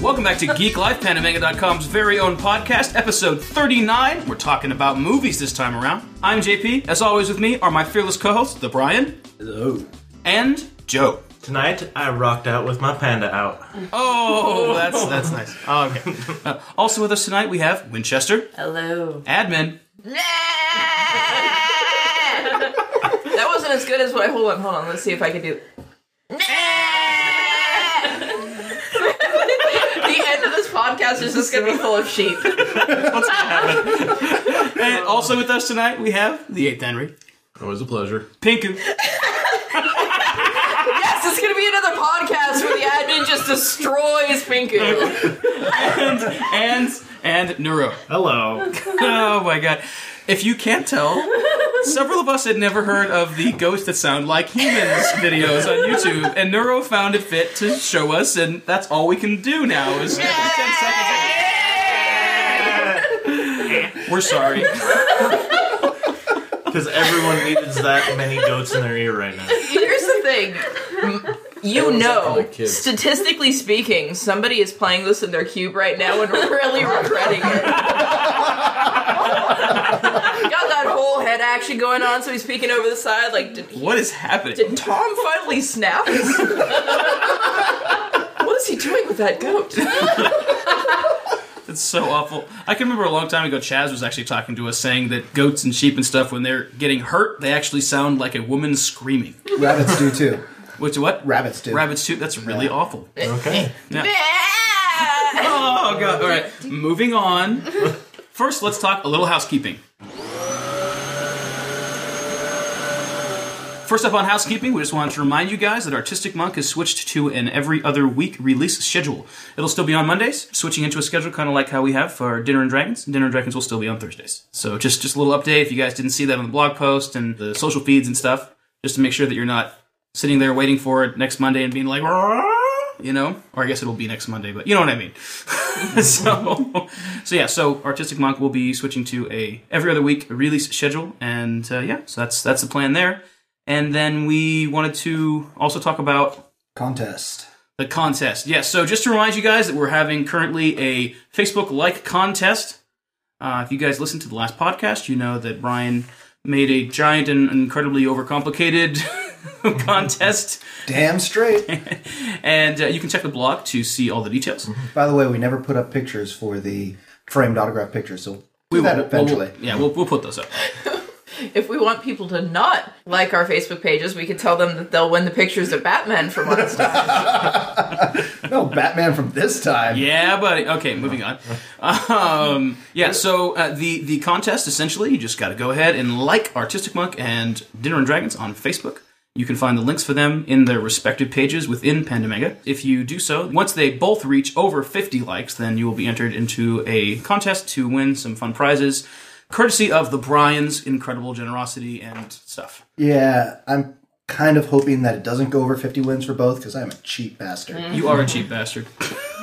Welcome back to Geek Life, Panamanga.com's very own podcast, episode 39. We're talking about movies this time around. I'm JP. As always, with me are my fearless co hosts, the Brian. Hello. And Joe. Tonight, I rocked out with my panda out. Oh, that's that's nice. Oh, okay. Uh, also with us tonight, we have Winchester, Hello. Admin, that wasn't as good as what. Hold on, hold on. Let's see if I can do. the end of this podcast is just gonna be full of sheep. and also with us tonight, we have the Eighth Henry, Always a pleasure. Pinku, Yes, it's gonna be another podcast where the admin just destroys Pinku. and and and Nuro. Hello. Oh my god. If you can't tell, several of us had never heard of the ghosts that sound like humans videos on YouTube, and Neuro found it fit to show us, and that's all we can do now is 10 seconds. of- We're sorry. Because everyone needs that many goats in their ear right now. Here's the thing. You know, like kids. statistically speaking, somebody is playing this in their cube right now and really regretting it. Got that whole head action going on, so he's peeking over the side like, did, What is happening? did Tom finally snap? what is he doing with that goat? It's so awful. I can remember a long time ago, Chaz was actually talking to us saying that goats and sheep and stuff, when they're getting hurt, they actually sound like a woman screaming. Rabbits do too. Which what? Rabbits do. Rabbits too. That's really awful. Okay. Oh god! All right, moving on. First, let's talk a little housekeeping. First up on housekeeping, we just wanted to remind you guys that Artistic Monk has switched to an every other week release schedule. It'll still be on Mondays, switching into a schedule kind of like how we have for Dinner and Dragons. Dinner and Dragons will still be on Thursdays. So just just a little update if you guys didn't see that on the blog post and the social feeds and stuff, just to make sure that you're not sitting there waiting for it next Monday and being like, "Rah!" you know, or I guess it'll be next Monday, but you know what I mean. so, so yeah, so Artistic Monk will be switching to a every other week release schedule, and uh, yeah, so that's that's the plan there. And then we wanted to also talk about Contest. the contest. Yes. So just to remind you guys that we're having currently a Facebook like contest. Uh, if you guys listened to the last podcast, you know that Brian made a giant and incredibly overcomplicated contest, Damn straight. and uh, you can check the blog to see all the details. By the way, we never put up pictures for the framed autograph pictures, so we do We'll- that we'll- eventually. yeah, we'll, we'll put those up. If we want people to not like our Facebook pages, we can tell them that they'll win the pictures of Batman from last time. No, Batman from this time. Yeah, buddy. Okay, moving on. Um, yeah, so uh, the the contest essentially, you just got to go ahead and like Artistic Monk and Dinner and Dragons on Facebook. You can find the links for them in their respective pages within Pandamega. If you do so, once they both reach over 50 likes, then you will be entered into a contest to win some fun prizes, courtesy of the Brian's incredible generosity and stuff. Yeah, I'm kind of hoping that it doesn't go over 50 wins for both because I'm a cheap bastard. You are a cheap bastard.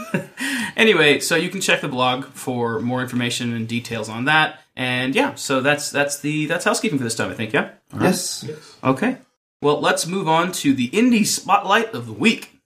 anyway, so you can check the blog for more information and details on that. And yeah, so that's that's the that's housekeeping for this time, I think. Yeah. Yes. Okay. Well, let's move on to the indie spotlight of the week.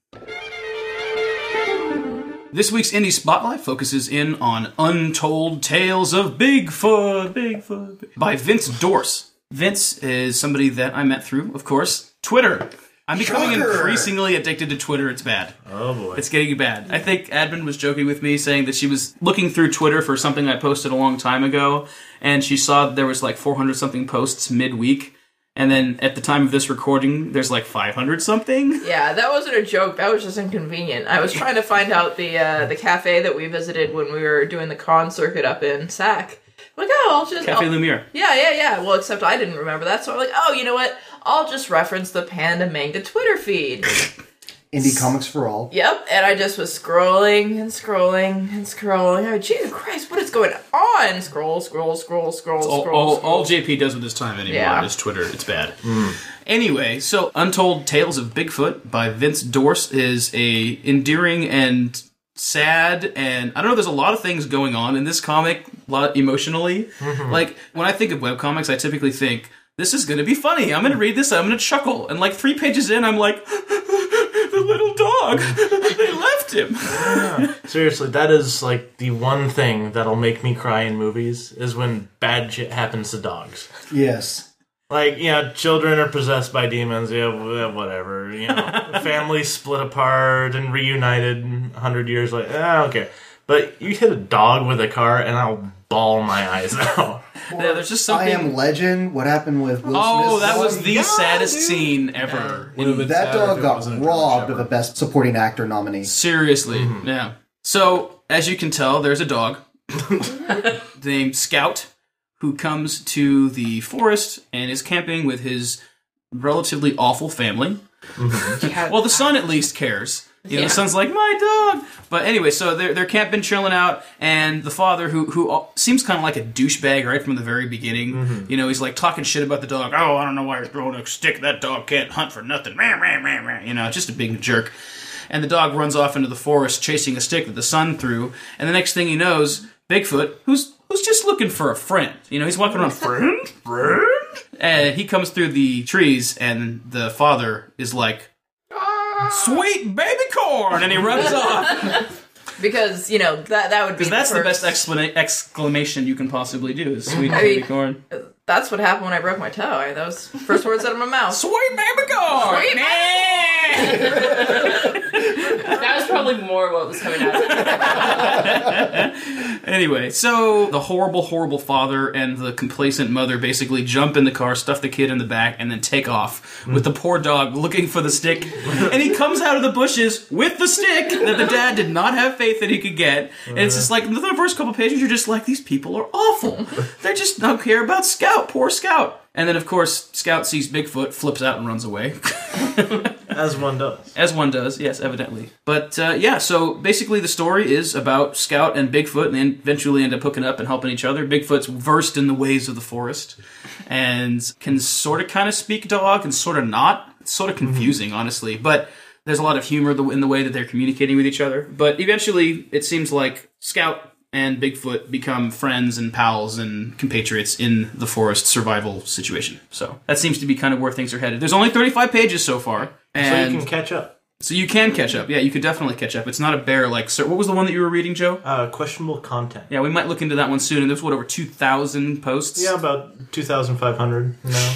This week's indie spotlight focuses in on Untold Tales of Bigfoot, Bigfoot Big- by Vince Dorse. Vince is somebody that I met through, of course, Twitter. I'm becoming Shocker. increasingly addicted to Twitter. It's bad. Oh boy. It's getting bad. I think Admin was joking with me, saying that she was looking through Twitter for something I posted a long time ago, and she saw that there was like 400 something posts midweek, and then at the time of this recording, there's like 500 something. Yeah, that wasn't a joke. That was just inconvenient. I was trying to find out the uh, the cafe that we visited when we were doing the con circuit up in Sac. I'm like, oh, I'll just Cafe I'll- Lumiere. yeah, yeah, yeah. Well, except I didn't remember that, so I'm like, oh, you know what? I'll just reference the Panda Manga Twitter feed. Indie comics for all. yep, and I just was scrolling and scrolling and scrolling. Oh, Jesus Christ, what is going on? Scroll, scroll, scroll, scroll, all, scroll. all, scroll. all JP does with his time anymore Yeah. Mm. is Twitter. It's bad. Anyway, so Untold Tales of Bigfoot by Vince Dorse is a endearing and sad and I don't know. There's a lot of things going on in this comic, a lot emotionally. Mm-hmm. Like when I think of webcomics, I typically think this is going to be funny. I'm going to read this. I'm going to chuckle. And like three pages in, I'm like, the little dog dog. they left him. Seriously, that is like the one thing that'll make me cry in movies is when bad shit happens to dogs. Yes. Like, you know, children are possessed by demons, yeah, wh- whatever. You know, families split apart and reunited a hundred years later. Ah, okay. But you hit a dog with a car and I'll bawl my eyes out. Yeah, there's just I something. am Legend. What happened with Will oh, Smith? that was the Yeah, saddest dude. scene ever. Would have been that sadder if dog it got wasn't a robbed of German a Best Supporting Actor nominee. Seriously, yeah. So as you can tell, there's a dog named Scout who comes to the forest and is camping with his relatively awful family. Well, the son at least cares. You know, Yeah. the son's like my dog. But anyway, so they're they're camping, chilling out, and the father, who who al- seems kind of like a douchebag right from the very beginning, you know, he's like talking shit about the dog. Oh, I don't know why you're throwing a stick. That dog can't hunt for nothing. Meow, meow, meow, meow. You know, just a big jerk. And the dog runs off into the forest, chasing a stick that the son threw. And the next thing he knows, Bigfoot, who's who's just looking for a friend, you know, he's walking around, friend, friend, and he comes through the trees, and the father is like, sweet baby corn and he runs off because you know that that would be that's the first- best exclama- exclamation you can possibly do is sweet I baby mean- corn That's what happened when I broke my toe. I, that was the first words out of my mouth. sweet baby corn Sweet Yeah! That was probably more what was coming out. of it. anyway so the horrible horrible father and the complacent mother basically jump in the car stuff the kid in the back and then take off with the poor dog looking for the stick and he comes out of the bushes with the stick that the dad did not have faith that he could get and it's just like the first couple pages you're just like these people are awful they just don't care about scout poor scout and then of course scout sees bigfoot flips out and runs away As one does. As one does, yes, evidently. But uh, yeah, so basically the story is about Scout and Bigfoot, and they eventually end up hooking up and helping each other. Bigfoot's versed in the ways of the forest and can sort of kind of speak dog and sort of not. It's sort Mm-hmm. of confusing, honestly. But there's a lot of humor the- in the way that they're communicating with each other. But eventually, it seems like Scout and Bigfoot become friends and pals and compatriots in the forest survival situation. So that seems to be kind of where things are headed. There's only 35 pages so far. And so you can catch up. so you can catch up. Yeah, you could definitely catch up. It's not a bear like sir. What was the one that you were reading, Joe? Uh, questionable content. Yeah, we might look into that one soon. And there's what over two thousand posts. Yeah, about 2,500 now.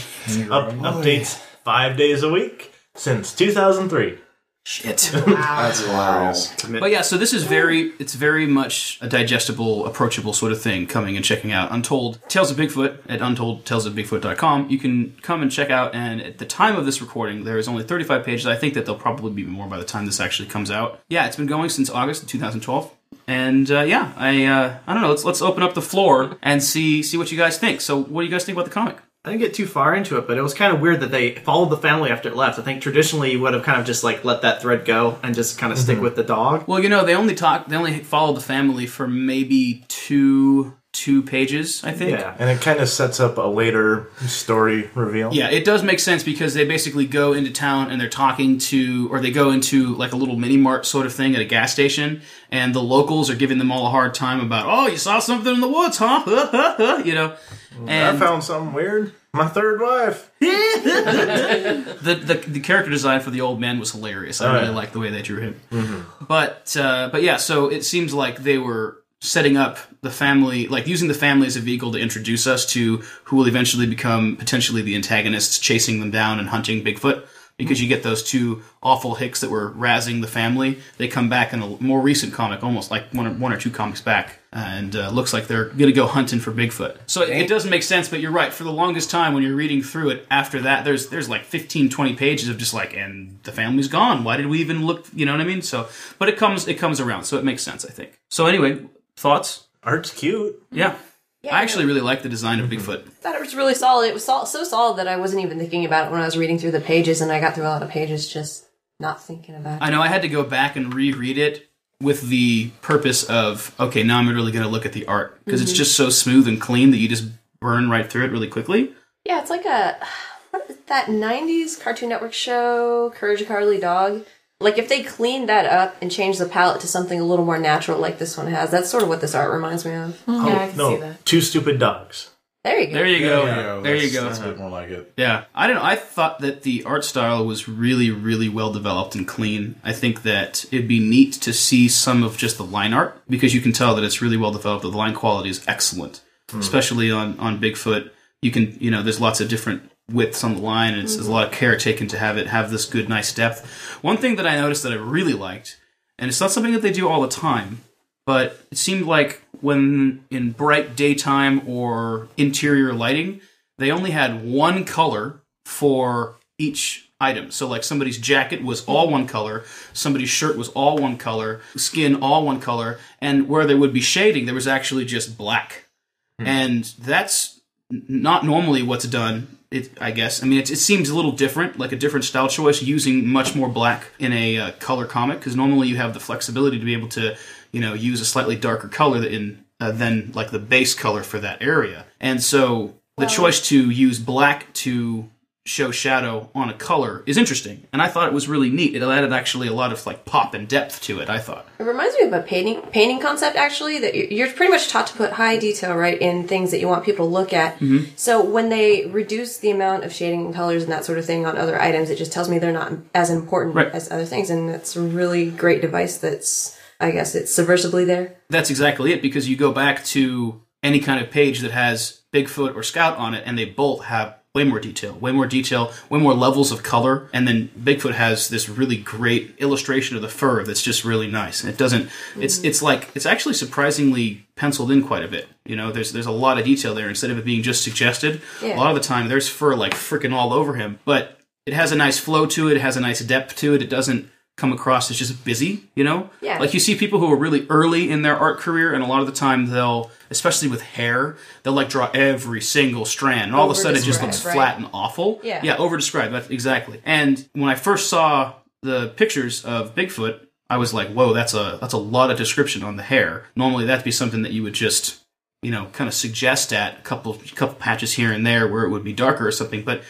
Up, updates five days a week since 2003. Shit. That's hilarious. but yeah, so this is very. It's very much a digestible, approachable sort of thing. Coming and checking out Untold Tales of Bigfoot at untoldtalesofbigfoot.com. You can come and check out. And at the time of this recording, there is only 35 pages. I think that there'll probably be more by the time this actually comes out. Yeah, it's been going since August of 2012. And uh, yeah, I uh, I don't know. Let's let's open up the floor and see see what you guys think. So, what do you guys think about the comic? I didn't get too far into it, but it was kind of weird that they followed the family after it left. I think traditionally you would have kind of just like let that thread go and just kind of Mm-hmm. stick with the dog. Well, you know, they only talk. They only follow the family for maybe two two pages, I think. Yeah. And it kind of sets up a later story reveal. Yeah, it does make sense because they basically go into town and they're talking to, or they go into like a little mini mart sort of thing at a gas station, and the locals are giving them all a hard time about, oh, you saw something in the woods, huh? you know, I and found something weird. My third wife. the, the the character design for the old man was hilarious. I Oh, really yeah. Mm-hmm. liked the way they drew him. But uh, but yeah, so it seems like they were setting up the family, like using the family as a vehicle to introduce us to who will eventually become potentially the antagonists, chasing them down and hunting Bigfoot. Because you get those two awful hicks that were razzing the family. They come back in a more recent comic, almost like one or, one or two comics back, and uh, looks like they're going to go hunting for Bigfoot. So it, it doesn't make sense, but you're right. For the longest time, when you're reading through it, after that, there's there's like 15, 20 pages of just like, and the family's gone. Why did we even look? You know what I mean? So, but it comes it comes around, so it makes sense, I think. So anyway, thoughts? Art's cute. Yeah, I actually really like the design of Bigfoot. thought it was really solid. It was sol- so solid that I wasn't even thinking about it when I was reading through the pages, and I got through a lot of pages just not thinking about it. I know I had to go back and reread it with the purpose of okay, now I'm really going to look at the art because it's just so smooth and clean that you just burn right through it really quickly. Yeah, it's like a what is that '90s Cartoon Network show, Courage the Cowardly Dog. Like if they cleaned that up and changed the palette to something a little more natural, like this one has, that's sort of what this art reminds me of. Mm, Yeah, I can Oh, no, see that. two stupid dogs. There you go. There you go. There you There go. you go. That's- That's a bit more like it. Yeah, I don't. know. I thought that the art style was really, really well developed and clean. I think that it'd be neat to see some of just the line art because you can tell that it's really well developed. That the line quality is excellent, Hmm. especially on on Bigfoot. You can, you know, there's lots of different widths on the line, and it's, there's a lot of care taken to have it have this good, nice depth. One thing that I noticed that I really liked, and it's not something that they do all the time, but it seemed like when in bright daytime or interior lighting, they only had one color for each item. So, like somebody's jacket was all one color, somebody's shirt was all one color, skin all one color, and where there would be shading, there was actually just black. And that's n- not normally what's done. It, I guess. I mean, it, it seems a little different, like a different style choice, using much more black in a uh, color comic, because normally you have the flexibility to be able to, you know, use a slightly darker color in uh, than like the base color for that area. And so the choice to use black to show shadow on a color is interesting, and I thought it was really neat. It added actually a lot of like pop and depth to it. I thought. It reminds me of a painting painting concept actually that you- you're pretty much taught to put high detail right in things that you want people to look at. Mm-hmm. So when they reduce the amount of shading and colors and that sort of thing on other items, it just tells me they're not as important Right. as other things, and that's a really great device. That's I guess it's subversively there. That's exactly it because you go back to any kind of page that has Bigfoot or Scout on it, and they both have way more detail, way more detail, way more levels of color. And then Bigfoot has this really great illustration of the fur that's just really nice. And it doesn't. It's it's like it's actually surprisingly penciled in quite a bit. You know, there's there's a lot of detail there instead of it being just suggested. Yeah. A lot of the time, there's fur like freaking all over him, but it has a nice flow to it. It has a nice depth to it. It doesn't come across as just busy. You know, Yeah. like you see people who are really early in their art career, and a lot of the time they'll, especially with hair, they'll like draw every single strand, and all of a sudden it just looks Over-describe, flat and awful. Yeah. yeah, over described. That's exactly. And when I first saw the pictures of Bigfoot, I was like, "Whoa, that's a that's a lot of description on the hair." Normally, that'd be something that you would just you know kind of suggest at a couple couple patches here and there where it would be darker or something, but.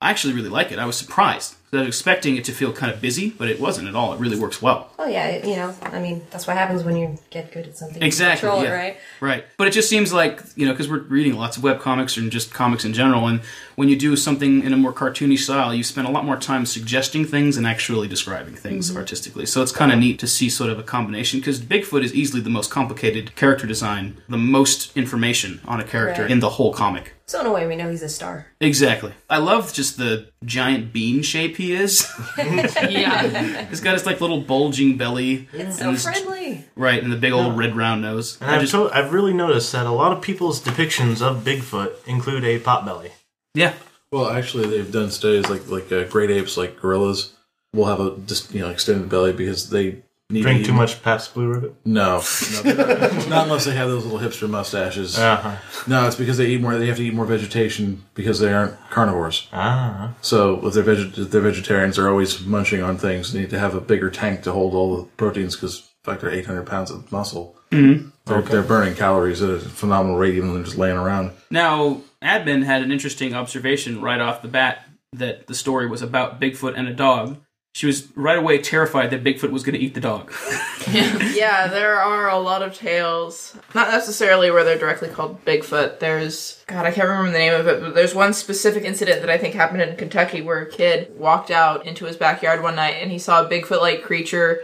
I actually really like it. I was surprised. I was expecting it to feel kind of busy, but it wasn't at all. It really works well. Oh yeah, it- you know, I mean that's what happens when you get good at something. You Exactly, control yeah. it right. Right. But it just seems like, you know, because we're reading lots of web comics and just comics in general, and when you do something in a more cartoony style, you spend a lot more time suggesting things and actually describing Mm-hmm. things artistically. So it's kind of neat to see sort of a combination because Bigfoot is easily the most complicated character design, the most information on a character Right. in the whole comic. So in a way, we know he's a star. Exactly. I love just the giant bean shape he is. Yeah. He's got his like little bulging belly, It's And so he's- friendly. right, and the big old red round nose. And I've, to- I've really noticed that a lot of people's depictions of Bigfoot include a potbelly. yeah. Well, actually, they've done studies like like uh, great apes, like gorillas, will have a just you know extended belly because they need to Drink too eat- much Pabst Blue Ribbon. No, no they're not, not unless they have those little hipster mustaches. Uh-huh. No, it's because they eat more. They have to eat more vegetation because they aren't carnivores. Uh-huh. Ah. So if they're, veg- if they're vegetarians, they're always munching on things. They need to have a bigger tank to hold all the proteins because, in fact, they're 800 pounds of muscle. Mm-hmm. They're, they're burning calories at a phenomenal rate, even though they're just laying around. Now, Admin had an interesting observation right off the bat that the story was about Bigfoot and a dog. She was right away terrified that Bigfoot was going to eat the dog. Yeah, there are a lot of tales. Not necessarily where they're directly called Bigfoot. There's, God, I can't remember the name of it, but there's one specific incident that I think happened in Kentucky where a kid walked out into his backyard one night and he saw a Bigfoot like creature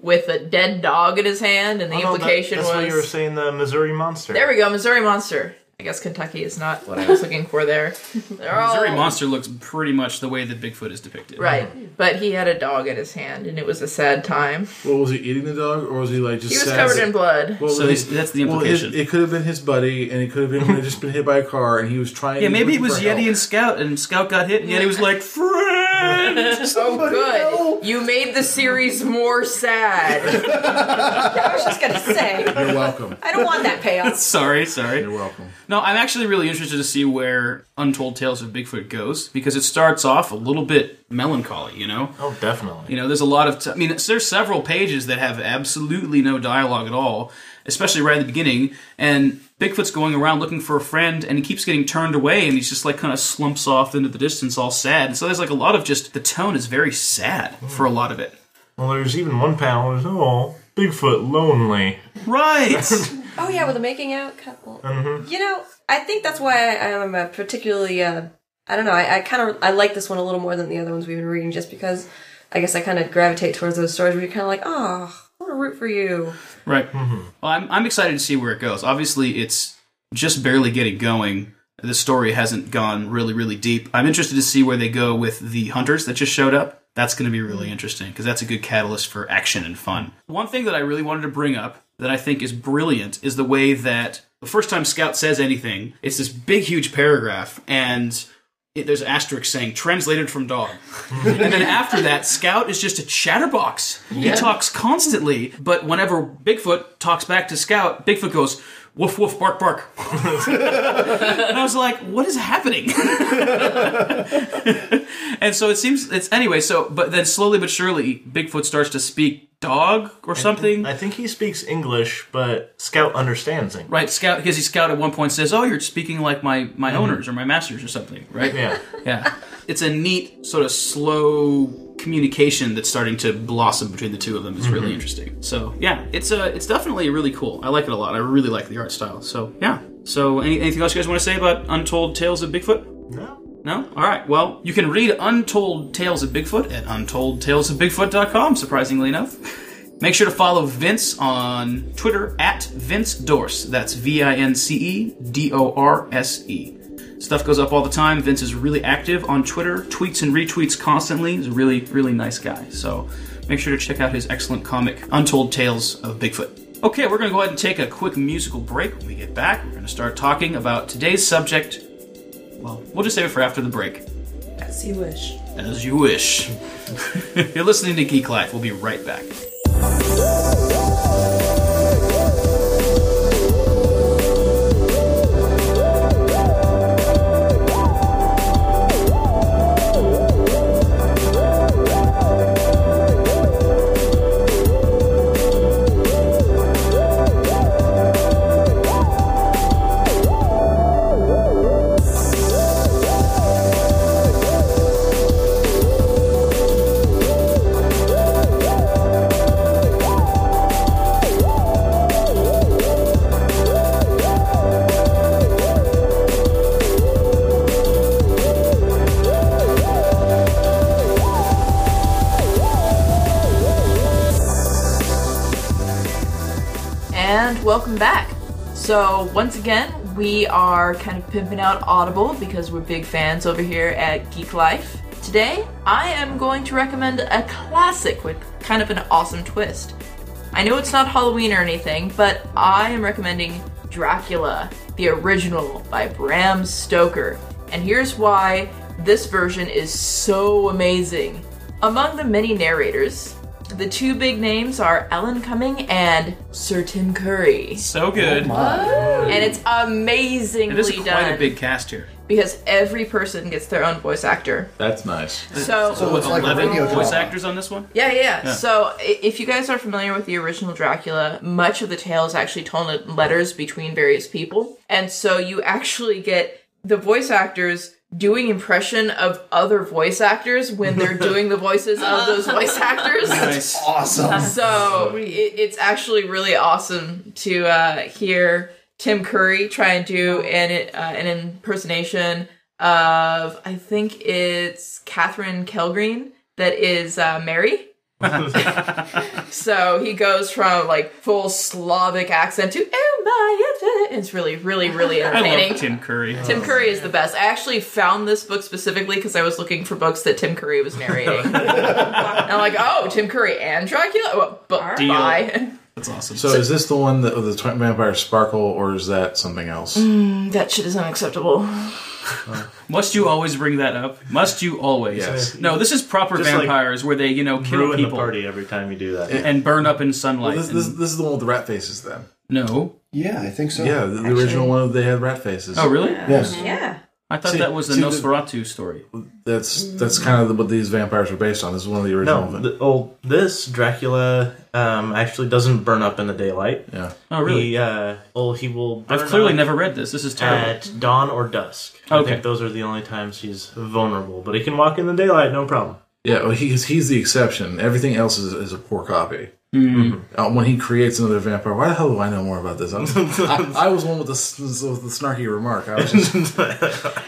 with a dead dog in his hand, and the Oh, no, that- implication that's why was. you were saying the Missouri Monster. there we go, Missouri Monster. I guess Kentucky is not what I was looking for there. They're all- Oh. Missouri Monster looks pretty much the way that Bigfoot is depicted. Right, but he had a dog in his hand, and it was a sad time. Well, was he eating the dog, or was he like just He was covered in blood. Well, So he's- was- that's the well, his- implication. it could have been his buddy, and it could have been when he just been hit by a car, and he was trying. Yeah, maybe it was for Yeti help. and Scout, and Scout got hit, and Yeti was like, friend! Oh, good. You made the series more sad. I was just gonna say, You're welcome. I don't want that payoff. sorry, sorry. You're welcome. No, I'm actually really interested to see where Untold Tales of Bigfoot goes, because it starts off a little bit melancholy, you know? Oh, definitely. You know, there's a lot of. T- I mean, there's several pages that have absolutely no dialogue at all, especially right at the beginning. And Bigfoot's going around looking for a friend, and he keeps getting turned away, and he's just like kind of slumps off into the distance, all sad. And so there's like a lot of just the tone is very sad for a lot of it. Well, there's even one panel. There's oh, Bigfoot lonely. Right. Oh yeah, with the making out couple. You know, I think that's why I, I'm a particularly. Uh, I don't know. I, I kind of I like this one a little more than the other ones we've been reading, just because I guess I kind of gravitate towards those stories where you're kind of like, oh, I want to root for you. Right. Well, I'm, I'm excited to see where it goes. Obviously, it's just barely getting going. The story hasn't gone really, really deep. I'm interested to see where they go with the hunters that just showed up. That's going to be really interesting because that's a good catalyst for action and fun. One thing that I really wanted to bring up that I think is brilliant is the way that the first time Scout says anything, it's this big, huge paragraph, and it, there's an asterisk saying translated from dog. and then after that, Scout is just a chatterbox. He talks constantly, but whenever Bigfoot talks back to Scout, Bigfoot goes, woof woof bark bark. and I was like, what is happening? and so it seems it's anyway, so but then slowly but surely Bigfoot starts to speak dog or something. I think he speaks English, but Scout understands English. Right, Scout because he Scout at one point says, Oh, you're speaking like my, my owners or my masters or something, right? Mm-hmm. Yeah. yeah. It's a neat sort of slow communication that's starting to blossom between the two of them. It's really interesting. So yeah, it's uh, it's definitely really cool. I like it a lot. I really like the art style. So yeah. So any, anything else you guys want to say about Untold Tales of Bigfoot? No. No? All right. Well, you can read Untold Tales of Bigfoot at untoldtalesofbigfoot.com. Surprisingly enough. Make sure to follow Vince on Twitter at Vince Dorse. That's V I N C E D O R S E. Stuff goes up all the time. Vince is really active on Twitter, tweets and retweets constantly. He's a really, really nice guy. So make sure to check out his excellent comic, Untold Tales of Bigfoot. Okay, we're going to go ahead and take a quick musical break. When we get back, we're going to start talking about today's subject. Well, we'll just save it for after the break. As you wish. As you wish. You're listening to Geek Life. We'll be right back. And welcome back. So, once again, we are kind of pimping out Audible because we're big fans over here at Geek Life. Today, I am going to recommend a classic with kind of an awesome twist. I know it's not Halloween or anything, but I am recommending Dracula, the original by Bram Stoker. And here's why this version is so amazing. Among the many narrators, the two big names are Ellen Cumming and Sir Tim Curry. So good. And it's amazingly It is quite done a big cast here. because every person gets their own voice actor. That's nice. So, So it's like a 11 radio voice drama. actors on this one? yeah, yeah, yeah. So i- if you guys are familiar with the original Dracula, much of the tale is actually told in letters between various people, and so you actually get the voice actors doing impression of other voice actors when they're doing the voices of those voice actors. Nice. Awesome. So it, it's actually really awesome to uh, hear Tim Curry try and Oh. do an uh, an impersonation of I think it's Catherine Kelgreen that is uh, Mary. so he goes from like full Slavic accent to oh my, it's really, really, really I entertaining. love Tim Curry. Tim Curry is the best. I actually found this book specifically because I was looking for books that Tim Curry was narrating. and I'm like, oh, Tim Curry and Dracula? Well, bu- Deal. bye. That's awesome. So, is this the one that with the tw- vampire sparkle, or is that something else? Mm. that shit is unacceptable. Must you always bring that up? Must you always? Yes. No, this is proper Just like- vampires where they, you know, kill Ruin the people party every time you do that. and burn up in sunlight. This, this, and- this is the one with the rat faces, then. no. Yeah, I think so. Yeah, the, the original one they had rat faces. Oh, really? Yes. Yeah. I thought See- that was the see the- Nosferatu story. That's that's kind of the, what these vampires were based on. This is one of the original. No, the, oh, this Dracula um, actually doesn't burn up in the daylight. yeah. Oh, really? He, uh, well, he will. Burn I've clearly up never read this. This is terrible. at dawn or dusk. I Okay. think those are the only times he's vulnerable, but he can walk in the daylight, no problem. Yeah, well, he's he's the exception. Everything else is, is a poor copy. Mm-hmm. Uh, when he creates another vampire, why the hell do I know more about this? I'm, I, I was one with the, s- with the snarky remark. I was just,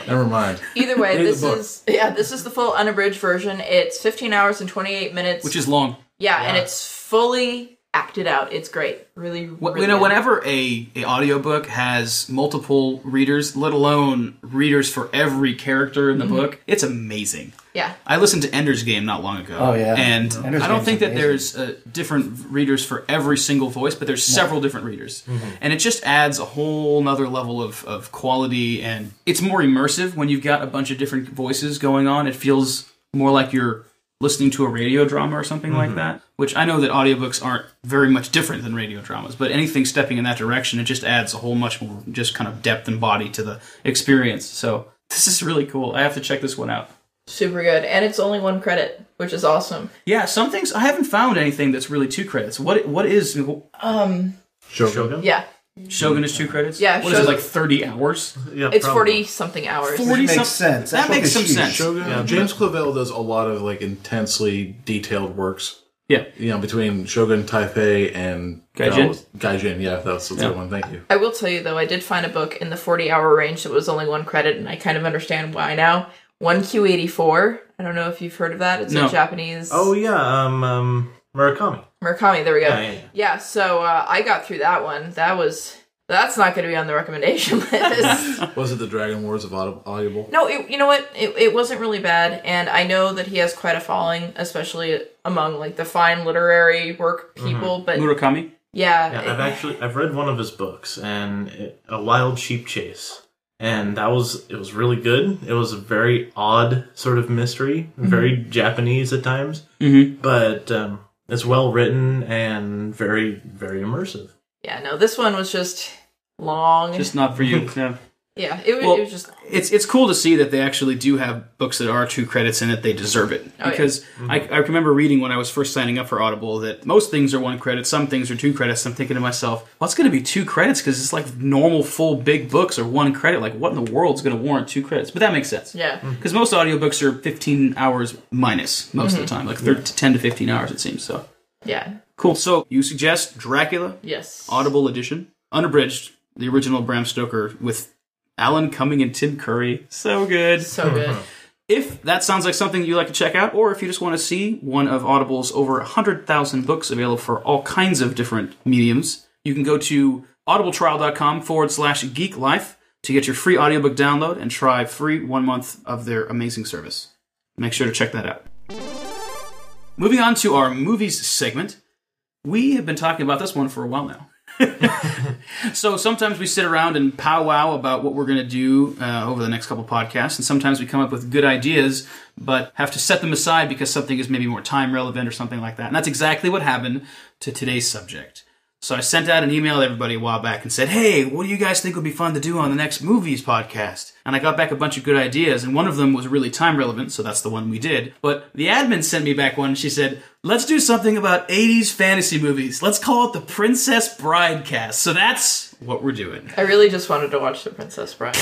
never mind. Either way, Read the this book. is yeah, this is the full unabridged version. It's 15 hours and 28 minutes, which is long. yeah, and it's fully acted out. It's great, really. Wh- really you know, good. whenever a, a audiobook has multiple readers, let alone readers for every character in the book, it's amazing. yeah, I listened to Ender's Game not long ago. Oh, yeah. and Ender's I don't Game's think that amazing. there's uh, different readers for every single voice, but there's several different readers, and it just adds a whole nother level of, of quality, and it's more immersive when you've got a bunch of different voices going on. It feels more like you're listening to a radio drama or something like that. Which I know that audiobooks aren't very much different than radio dramas, but anything stepping in that direction, it just adds a whole much more just kind of depth and body to the experience. So this is really cool. I have to check this one out. super good, and it's only one credit, which is awesome. Yeah, some things I haven't found anything that's really two credits. What what is Shogun. Um, Yeah, Shogun is two credits? Yeah, what is it Shogun- like thirty hours? Yeah, it's probably. 40 something hours. Forty makes some- sense. That That makes some book is huge. sense. Shogun. James Clavell does a lot of like intensely detailed works. Yeah, You know, between Shogun Taipei and Gaijin? Oh, Gaijin, yeah, that's the Yeah. other one. Thank you. I will tell you though, I did find a book in the 40 hour range that was only one credit, and I kind of understand why now. 1Q84. I don't know if you've heard of that. It's No. a Japanese. Oh yeah, um, um, Murakami. Murakami, there we go. Yeah, Yeah, yeah, yeah. so uh, I got through that one. That was that's not going to be on the recommendation list. Was it the Dragon Wars of Audi- Audible? no, it, you know what? It, it wasn't really bad, and I know that he has quite a following, especially among like the fine literary work people. But Murakami. yeah, Yeah, it- I've actually I've read one of his books and it, a wild sheep chase, and that was it was really good. It was a very odd sort of mystery, Mm-hmm. very Japanese at times, mm-hmm. but um, it's well written and very very immersive. yeah, no, this one was just long. Just not for you. yeah. yeah, it was, Well, it was just it's it's cool to see that they actually do have books that are two credits and that they deserve it Oh, yeah. because Mm-hmm. I, I remember reading when I was first signing up for Audible that most things are one credit, some things are two credits. I'm thinking to myself, what's going to be two credits? Because it's like normal full big books are one credit. Like what in the world's going to warrant two credits? But that makes sense. yeah. Because Mm-hmm. most audiobooks are 15 hours minus most of the time, like thir- 10 to 15 hours, it seems. So Yeah. cool. So you suggest Dracula Yes. Audible Edition, unabridged, the original Bram Stoker with Alan Cumming and Tim Curry. So good. So good. If that sounds like something you'd like to check out, or if you just want to see one of Audible's over 100,000 books available for all kinds of different mediums, you can go to audibletrial.com forward slash geek life to get your free audiobook download and try free one month of their amazing service. Make sure to check that out. Moving on to our movies segment, we have been talking about this one for a while now. So sometimes we sit around and powwow about what we're going to do uh, over the next couple podcasts, and sometimes we come up with good ideas, but have to set them aside because something is maybe more time relevant or something like that. And that's exactly what happened to today's subject. So I sent out an email to everybody a while back and said, "Hey, what do you guys think would be fun to do on the next movies podcast?" And I got back a bunch of good ideas, and one of them was really time relevant, so that's the one we did. But the admin sent me back one. and She said, "Let's do something about 80s fantasy movies. Let's call it the Princess Bride cast." So that's what we're doing. I really just wanted to watch The Princess Bride.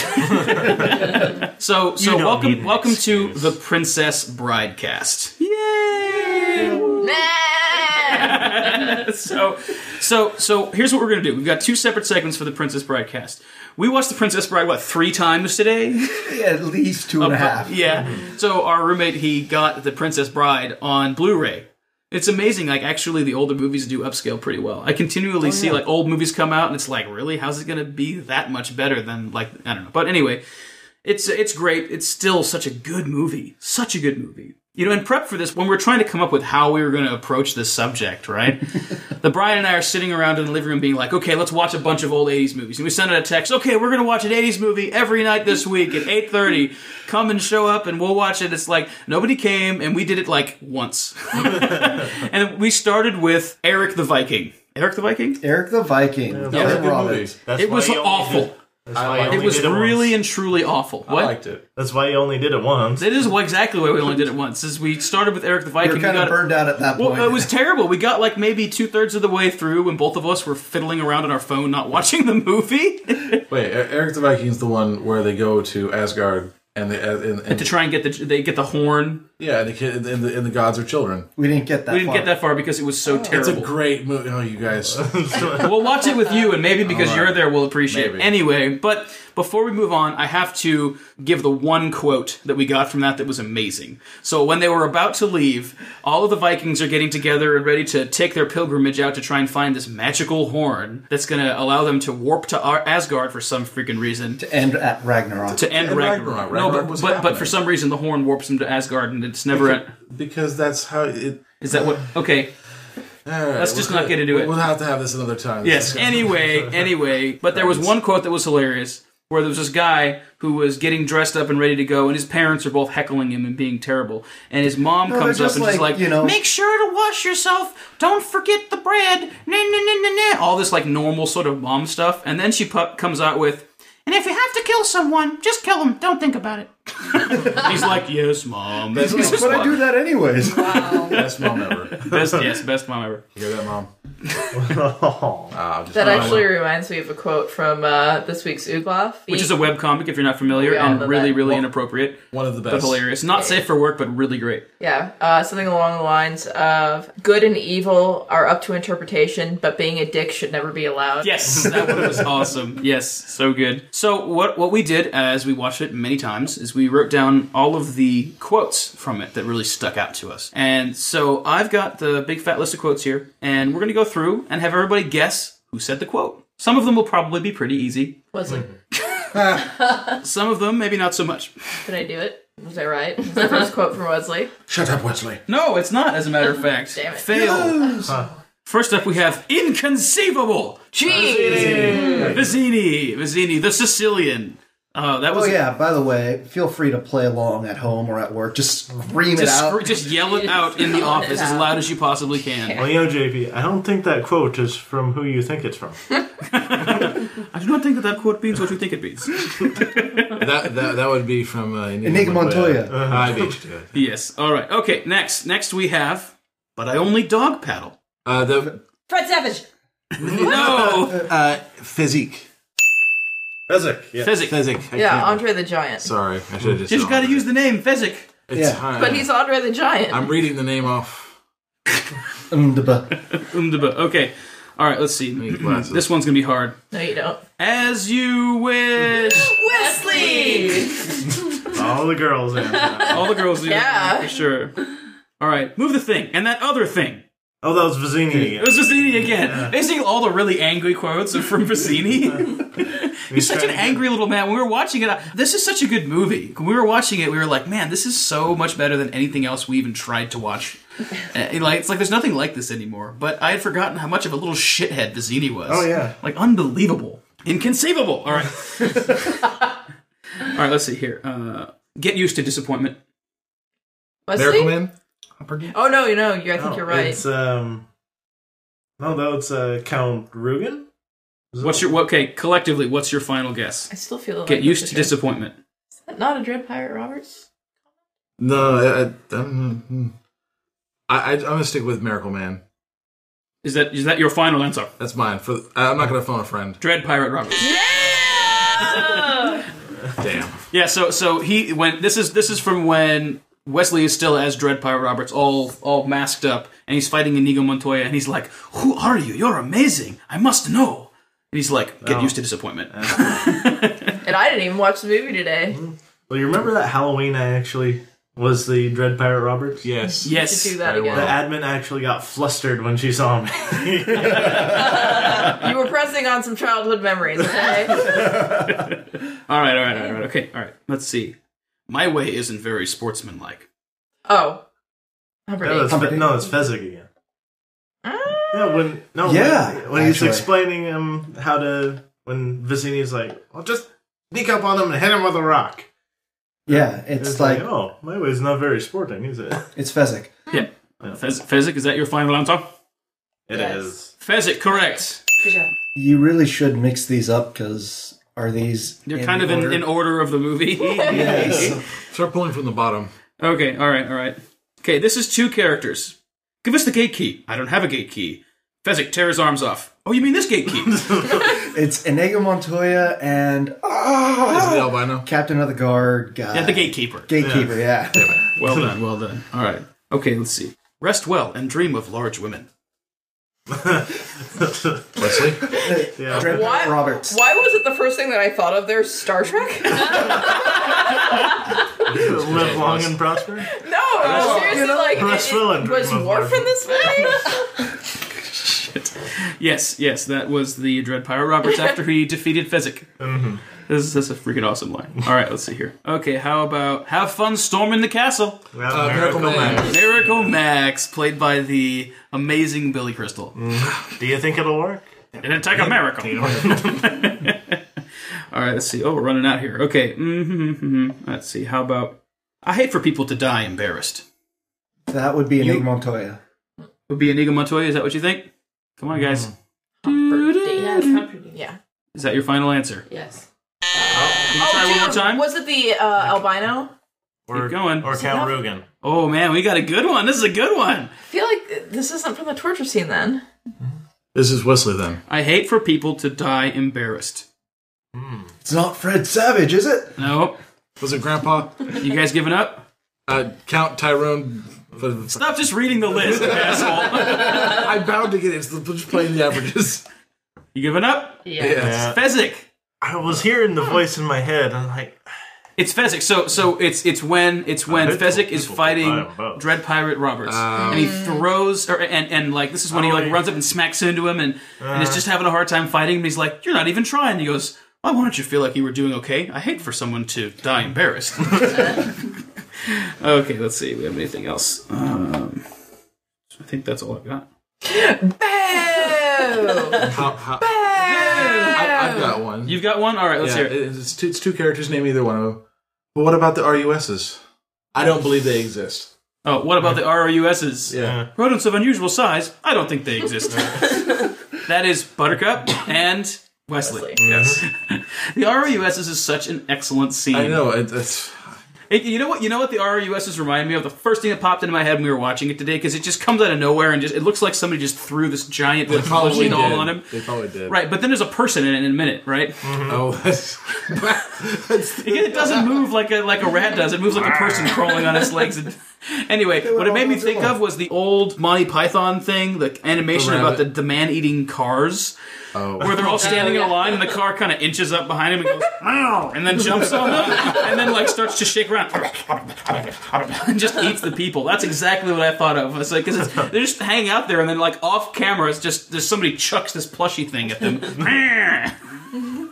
So, so don't need welcome, an welcome to excuse. the Princess Bride cast. Yay! Nah! so so so here's what we're gonna do we've got two separate segments for the princess broadcast we watched the princess bride what three times today At least two and a half. yeah so our roommate he got the princess bride on blu-ray it's amazing like actually the older movies do upscale pretty well i continually see like old movies come out and it's like really how's it gonna be that much better than like i don't know but anyway it's it's great. It's still such a good movie. Such a good movie. You know, in prep for this, when we we're trying to come up with how we were going to approach this subject, right? the Brian and I are sitting around in the living room being like, okay, let's watch a bunch of old 80s movies. And we send out a text, okay, we're going to watch an 80s movie every night this week at 8.30. Come and show up and we'll watch it. It's like, nobody came and we did it like once. and we started with Eric the Viking. Eric the Viking? Eric the Viking. That's Tim a good Robbins. movie. That's it why was you only awful. did- that's why you liked only It was did once. really and truly awful. What? I liked it. That's why you only did it once. That is why- exactly why we only did it once. Is we started with Eric the We Viking. were kind we of got- burned out at that Well, point. it was terrible. We got like maybe two thirds of the way through when both of us were fiddling around on our phone, not watching the movie. Wait, E- Eric the Viking is the one where they go to Asgard and they and, and, to try and get the they get the horn. yeah, and the, kid, and the and the gods are children. We didn't get that. We didn't far. get that far because it was so It's terrible. a great movie. Oh, you guys, we'll watch it with you, and maybe because you're there, we'll appreciate it. Maybe. Anyway, but before we move on, I have to give the one quote that we got from that that was amazing. So when they were about to leave, all of the Vikings are getting together and ready to take their pilgrimage out to try and find this magical horn that's going to allow them to warp to Ar- Asgard for some freaking reason. And at Ragnarok. To end And Ragnarok. Ragnarok. no, Ragnarok but, was but, but happening. for some reason the horn warps them to Asgard, and it's never. a- because that's how it. Is that what? Okay. Let's just not get into it. We'll have to have this another time. Yes. Anyway, anyway, but there was one quote that was hilarious where there was this guy who was getting dressed up and ready to go, and his parents are both heckling him and being terrible. And his mom they're comes up just and she's like, like, you know- "Make sure to wash yourself. Don't forget the bread." Nah, nah, nah, nah, nah. All this like normal sort of mom stuff, and then she pu- comes out with. And if you have to kill someone, just kill them. Don't think about it. He's like, yes, mom. That's He's But I do that anyways. best mom ever. best, yes, best mom ever. You hear that, mom? Ah, just- That oh, actually reminds me of a quote from uh, this week's Ugloff. Which is a webcomic, if you're not familiar, We all and know really, that. really inappropriate. one of the best. but hilarious. Not safe for work, but really great. Yeah, uh, something along the lines of good and evil are up to interpretation, but being a dick should never be allowed. Yes, that one was awesome. Yes, so good. So what what we did as we watched it many times is we wrote down all of the quotes from it that really stuck out to us. And so I've got the big fat list of quotes here, and we're gonna go through and have everybody guess who said the quote. Some of them will probably be pretty easy. Was it? Mm-hmm. Some of them maybe not so much. Did I do it? Was I right? Was the first quote from Wesley? Shut up, Wesley. No, it's not. As a matter of fact, Damn it. fail. First up, we have inconceivable Jeez! Vizzini, Vizzini, the Sicilian. Oh, that Oh was yeah. By the way, feel free to play along at home or at work. Just scream it Just, out. scre- just yell it out in the Yell it office as out. loud as you possibly can. Well, you know, JP, I don't think that quote is from who you think it's from. I do not think that that quote means what you think it means. That, that that would be from uh, Enigma, uh, Enigma Montoya. I beat you to it. yes. All right. Okay. Next. Next we have. But I only dog paddle. Uh, the Fred Savage. No. uh, physique. Fezzik, yeah. Fezzik. Physique. I Yeah, um, can't- Andre the Giant. Sorry, I should have just. You just got to use the name Fezzik. It's Yeah. hard. But he's Andre the Giant. I'm reading the name off. Mm-da-ba. Umdaba. Okay. All right. Let's see. these glasses. this one's gonna be hard. no, you don't. As you wish. Wesley! All the girls in. All the girls do. Yeah. that For sure. All right. Move the thing and that other thing. Oh, that was Vizzini It again. was Vizzini again. Basically, all the really angry quotes are from Vizzini. He's such an angry little man. When we were watching it, I- this is such a good movie. When we were watching it, we were like, man, this is so much better than anything else we even tried to watch. And, and, like, it's like there's nothing like this anymore. But I had forgotten how much of a little shithead Vizzini was. Oh, yeah. Like, unbelievable. Inconceivable. All right. all right, let's see here. Uh, get used to disappointment. Wesley? Miracle Man. Oh, no, you know, you, I think No, you're right. uh, It's, um, no, that's uh, Count Rugen? Is that- What's your, okay, collectively, what's your final guess? I still feel like Get used it's to a dread- disappointment. Not a Dread Pirate Roberts? No, I, I, I'm, I, I, I'm gonna stick with Miracle Man. Is that is that your final answer? That's mine. For uh, I'm not gonna phone a friend. Dread Pirate Roberts. Damn. Yeah, so so he when this is this is from when Wesley is still as Dread Pirate Roberts, all all masked up, and he's fighting Inigo Montoya, and he's like, "Who are you? You're amazing. I must know." And he's like, "Get used to disappointment." And I didn't even watch the movie today. Well, you remember that Halloween I actually was the Dread Pirate Roberts? Yes. yes, Do that Very The again. well. admin actually got flustered when she saw me. You were pressing on some childhood memories, okay? All right, all right, all right, all right. Okay, all right. Let's see. My way isn't very sportsmanlike. oh. Number no, eight. that's, Fe- no, that's Fezzik again. Ah. Yeah, when no, Yeah, when, when he's actually. explaining him how to when Vicini's like, "Well, just sneak up on him and hit him with a rock." Yeah, it's, like, oh, my way's not very sporting, is it? it's Fezzik. Hmm. Yeah. Fez- Fezzik, is that your final answer? It is. Yes. Fezzik, correct. Good job. You really should mix these up because are these? They're kind of in, in order of the movie. Yes. Start pulling from the bottom. Okay, all right, all right. Okay, this is two characters. Give us the gate key. I don't have a gate key. Fezzik, tear his arms off. Oh, you mean this gate key? It's Inigo Montoya and oh, Is it albino? Captain of the Guard guy. yeah, the gatekeeper. Gatekeeper, yeah. Well done, well done. All right. Okay, let's see. Rest well and dream of large women. Wesley? Drake Why, Roberts. Why was it the first thing that I thought of there? Star Trek? no, Live long and prosper. seriously, like Rest it- well it- and was dream of Worf in Marvel. this movie? Yes, yes, that was the Dread Pirate Roberts after he defeated Fezzik. This is, that's a freaking awesome line. All right, let's see here. Okay, how about have fun storming the castle? Well, Uh, Miracle Man. Miracle Max, played by the amazing Billy Crystal. Do you think it'll work? It'd take a miracle. All right, let's see. Oh, we're running out here. Okay, mm-hmm, mm-hmm. let's see. How about I hate for people to die embarrassed. That would be Inigo Montoya. Would be Inigo Montoya. Is that what you think? Come on, guys. Mm-hmm. Yeah, comforting. yeah. Oh, Is that your final answer? Yes. Can you try one more time? Was it the uh, albino? Or, Keep going. Or Count Rugen. Oh man, we got a good one. This is a good one. I feel like this isn't from the torture scene then. This is Wesley then. I hate for people to die embarrassed. It's not Fred Savage, is it? No, Was it Grandpa? you guys giving up? Uh, Count Tyrone. but Stop just reading the list, asshole. I bound to get it. It's the, just playing the averages. You giving up? Yeah. Yeah. Yeah. Fezzik. I was hearing the voice in my head. I'm like, It's Fezzik. So so it's it's when it's when I hate Fezzik people is who fighting buy them both. Dread Pirate Roberts, and he Mm. throws or and and like this is when he Oh, like yeah. Uh. runs up and smacks into him, and and is just having a hard time fighting. And he's like, "You're not even trying." he goes, "Why don't you feel like you were doing okay? I hate for someone to die embarrassed." okay, let's see. We have anything else? Um, I think that's all I've got. Oh, How, how, I, I've got one. You've got one. All right, let's yeah, hear it- it. It's, two, it's two characters, name either one of them. But what about the RUSs? I don't believe they exist. Oh, what about the ROUSs? Yeah. Rodents of unusual size. I don't think they exist. that is Buttercup and Wesley. Yes. The RUSs is such an excellent scene. I know. It, it's, It- you know what? You know what? The RUSs remind me of the first thing that popped into my head when we were watching it today because it just comes out of nowhere and just it looks like somebody just threw this giant they like, probably machine did. all on him. They probably did. Right, but then there's a person in it in a minute, right? Oh, that's, that's Again, it doesn't move like a like a rat does. It moves like a person crawling on its legs. And, anyway, what it all made me do think that. of was the old Monty Python thing, the animation The about the, rabbit. the man eating cars, where oh. they're all standing in a yeah. line and the car kind of inches up behind him and goes, "Meow," and then jumps on them and then like starts to shake around and just eats the people. That's exactly what I thought of. It's like because they just hang out there and then like off camera, it's just there's somebody chucks this plushy thing at them.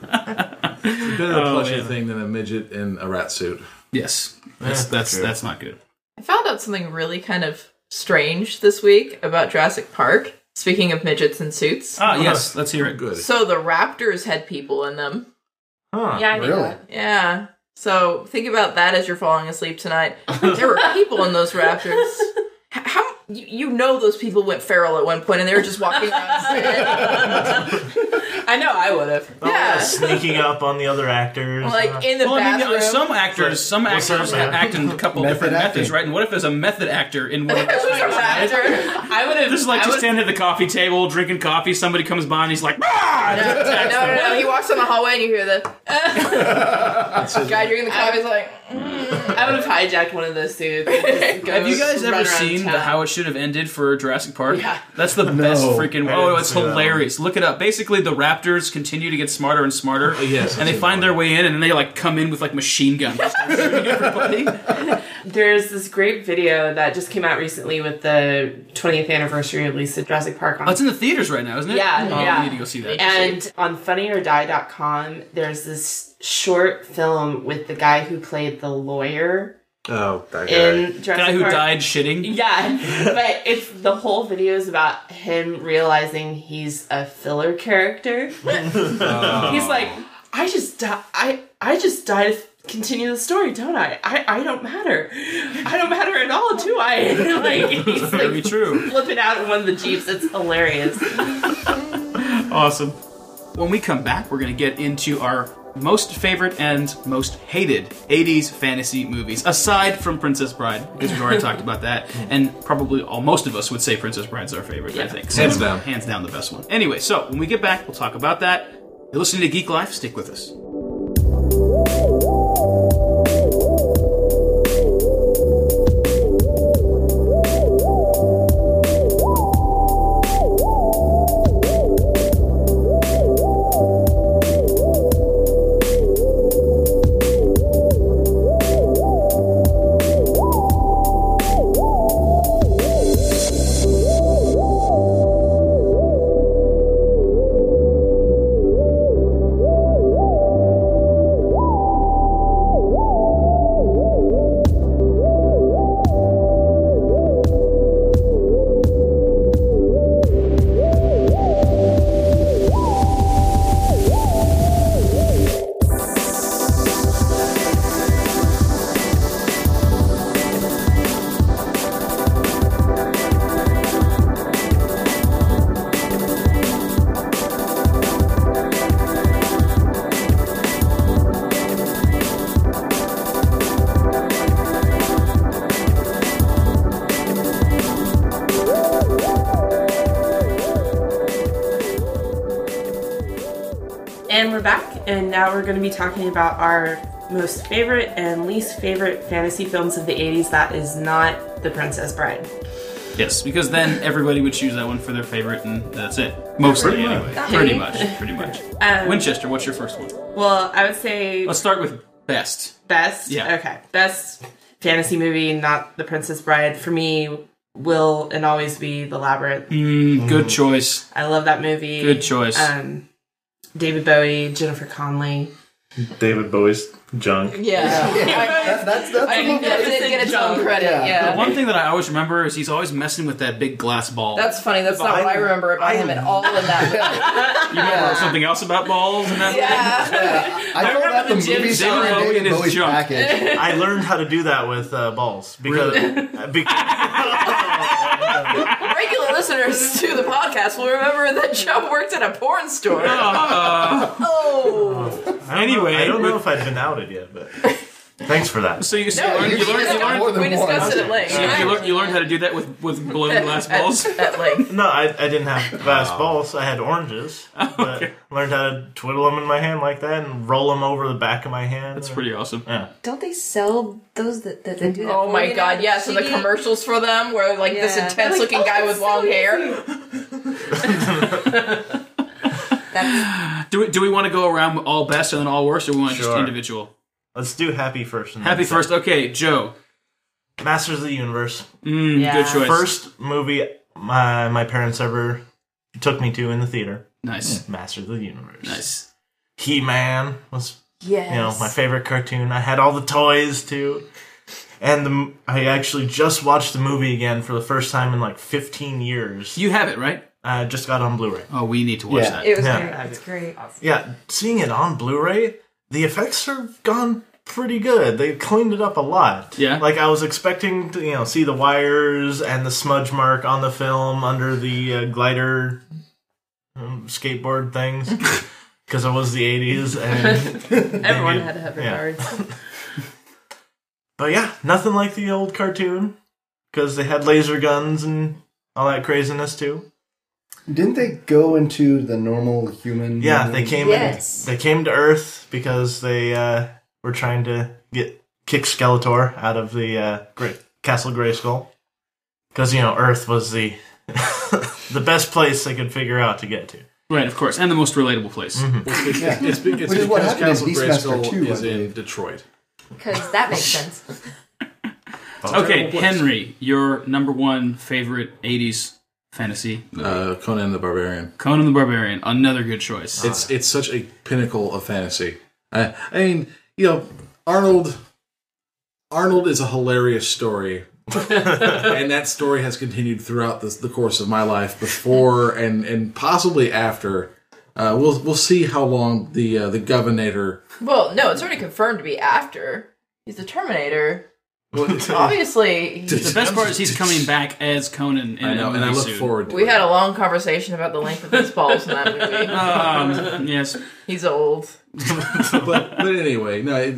Better a plushy Oh, yeah. thing than a midget in a rat suit. yes, Eh, that's that's true. that's not good. I found out something really kind of strange this week about Jurassic Park. Speaking of midgets and suits. Ah, yes, let's hear it. Good. So the raptors had people in them. huh. Yeah, I knew Really? that. Yeah. So think about that as you're falling asleep tonight. There were people in those raptors. H- How you, you know those people went feral at one point and they were just walking around. I know I would have. yeah. Sneaking up on the other actors. Like in the Well, I mean, bathroom. uh, some actors, some Well, actors certainly. act in a couple Method different methods, acting. right? And what if there's a method actor in one of It those was a things? right? raptor. I would have. Just like I just would've- standing at the coffee table drinking coffee, somebody comes by and he's like, "Ah!" and just attacks No, no, them. no. He walks down the hallway and you hear the guy drinking the coffee is like, I would have hijacked one of those dudes. and just Have you goes guys run ever around seen town. the How It Should Have Ended for Jurassic Park? Yeah. That's the best freaking. I Oh, didn't it's see that hilarious. Look it up. Basically, the raptors continue to get smarter and smarter. yes, And they I've seen find that their way in and they like come in with like machine guns. Just start shooting everybody. There's this great video that just came out recently with the 20th anniversary release of Jurassic Park. On Oh, it's in the theaters right now, isn't it? Yeah, Oh, yeah. we need to go see that. And on funnyordie.com, there's this short film with the guy who played the lawyer Oh, that guy. in Jurassic The guy who Park. died shitting. Yeah, but it's the whole video is about him realizing he's a filler character. he's like, I just di- I I just die to continue the story, don't I? I I don't matter. I don't matter at all, do I? like he's Very like true. flipping out in one of the jeeps. It's hilarious. Awesome. When we come back, we're going to get into our most favorite and most hated 80s fantasy movies, aside from Princess Bride, because we already talked about that. And probably all most of us would say Princess Bride's our favorite, I think. So Hands down. Hands down the best one. Anyway, so when we get back, we'll talk about that. You're listening to Geek Life, stick with us. And we're back, and now we're going to be talking about our most favorite and least favorite fantasy films of the 80s that is not The Princess Bride. Yes, because then everybody would choose that one for their favorite, and that's it. Mostly, Pretty much. anyway. Pretty much. Pretty much. Um, Winchester, what's your first one? Well, I would say Let's start with best. best. Yeah. Okay. Best fantasy movie, not The Princess Bride, for me will and always be The Labyrinth. Mm, Hmm. good choice. I love that movie. Good choice. Um, David Bowie, Jennifer Connelly. David Bowie's junk. Yeah. That, that's that's I think that didn't get its own credit. Yeah. The one thing that I always remember is he's always messing with that big glass ball. That's funny. That's not what I remember about him at all in that you remember something else about balls and that? movie. Yeah. I call that the movie star David Bowie David and his Bowie's junk. package. I learned how to do that with uh, balls because. because Regular listeners to the podcast will remember that Joe worked at a porn store. Uh, Oh. I don't know- Anyway, I don't know but- if I've been outed yet, but thanks for that. So you, so No, you learned, you we learned, you discussed- learned, more than we discussed one. it at length. you, you learned, you learned how to do that with, with glowing glass balls. At, at length. No, I, I didn't have glass balls. I had oranges. okay. But learned how to twiddle them in my hand like that and roll them over the back of my hand. That's pretty awesome. Yeah. Don't they sell those that, that, that do that? Oh for my you god, now? yeah, so the Shitty- commercials for them were like "Oh, this Yeah. intense looking guy with long hair. That's, Do we, do we want to go around with all best and then all worst, or we want just Sure. individual? Let's do happy first. And then Happy second. first. Okay, Joe. Masters of the Universe. Mm, Yeah. Good choice. First movie my my parents ever took me to in the theater. Nice. Masters of the Universe. Nice. He Man was yes. you know my favorite cartoon. I had all the toys too. And the, m- I actually just watched the movie again for the first time in like 15 years. You have it, right? I just got on Blu-ray. Oh, we need to watch Yeah. that. It was Yeah. great. It's great. Yeah, seeing it on Blu-ray, the effects are gone pretty good. They cleaned it up a lot. Yeah. like I was expecting to, you know, see the wires and the smudge mark on the film under the uh, glider um, skateboard things, because it was the '80s. And Everyone had to have Yeah. regards. but yeah, nothing like the old cartoon, because they had laser guns and all that craziness too. Didn't they go into the normal human? Yeah, they came. Yes. In, they came to Earth because they uh, were trying to get kick Skeletor out of the uh, Great Castle Grayskull. Because you know Earth was the the best place they could figure out to get to. Right, of course, and the most relatable place. It's, it's, it's, be- it's Which is what because happened in Castle Beastmaster Grayskull 2, I is in believe. Detroit. Because that makes sense. Okay, Terrible place. Henry, your number one favorite '80s fantasy movie, Uh, Conan the Barbarian. Conan the Barbarian. Another good choice. It's it's such a pinnacle of fantasy. I, I mean, you know, Arnold. Arnold is a hilarious story, and that story has continued throughout the, the course of my life, before and and possibly after. Uh, we'll we'll see how long the uh, the governor Well, no, it's already confirmed to be after. He's the Terminator. Obviously, he- The best part is he's coming back as Conan. In I know, and I movie look soon. forward to we it. had a long conversation about the length of his balls in that movie. Um, yes, He's old. but, but anyway, no, it,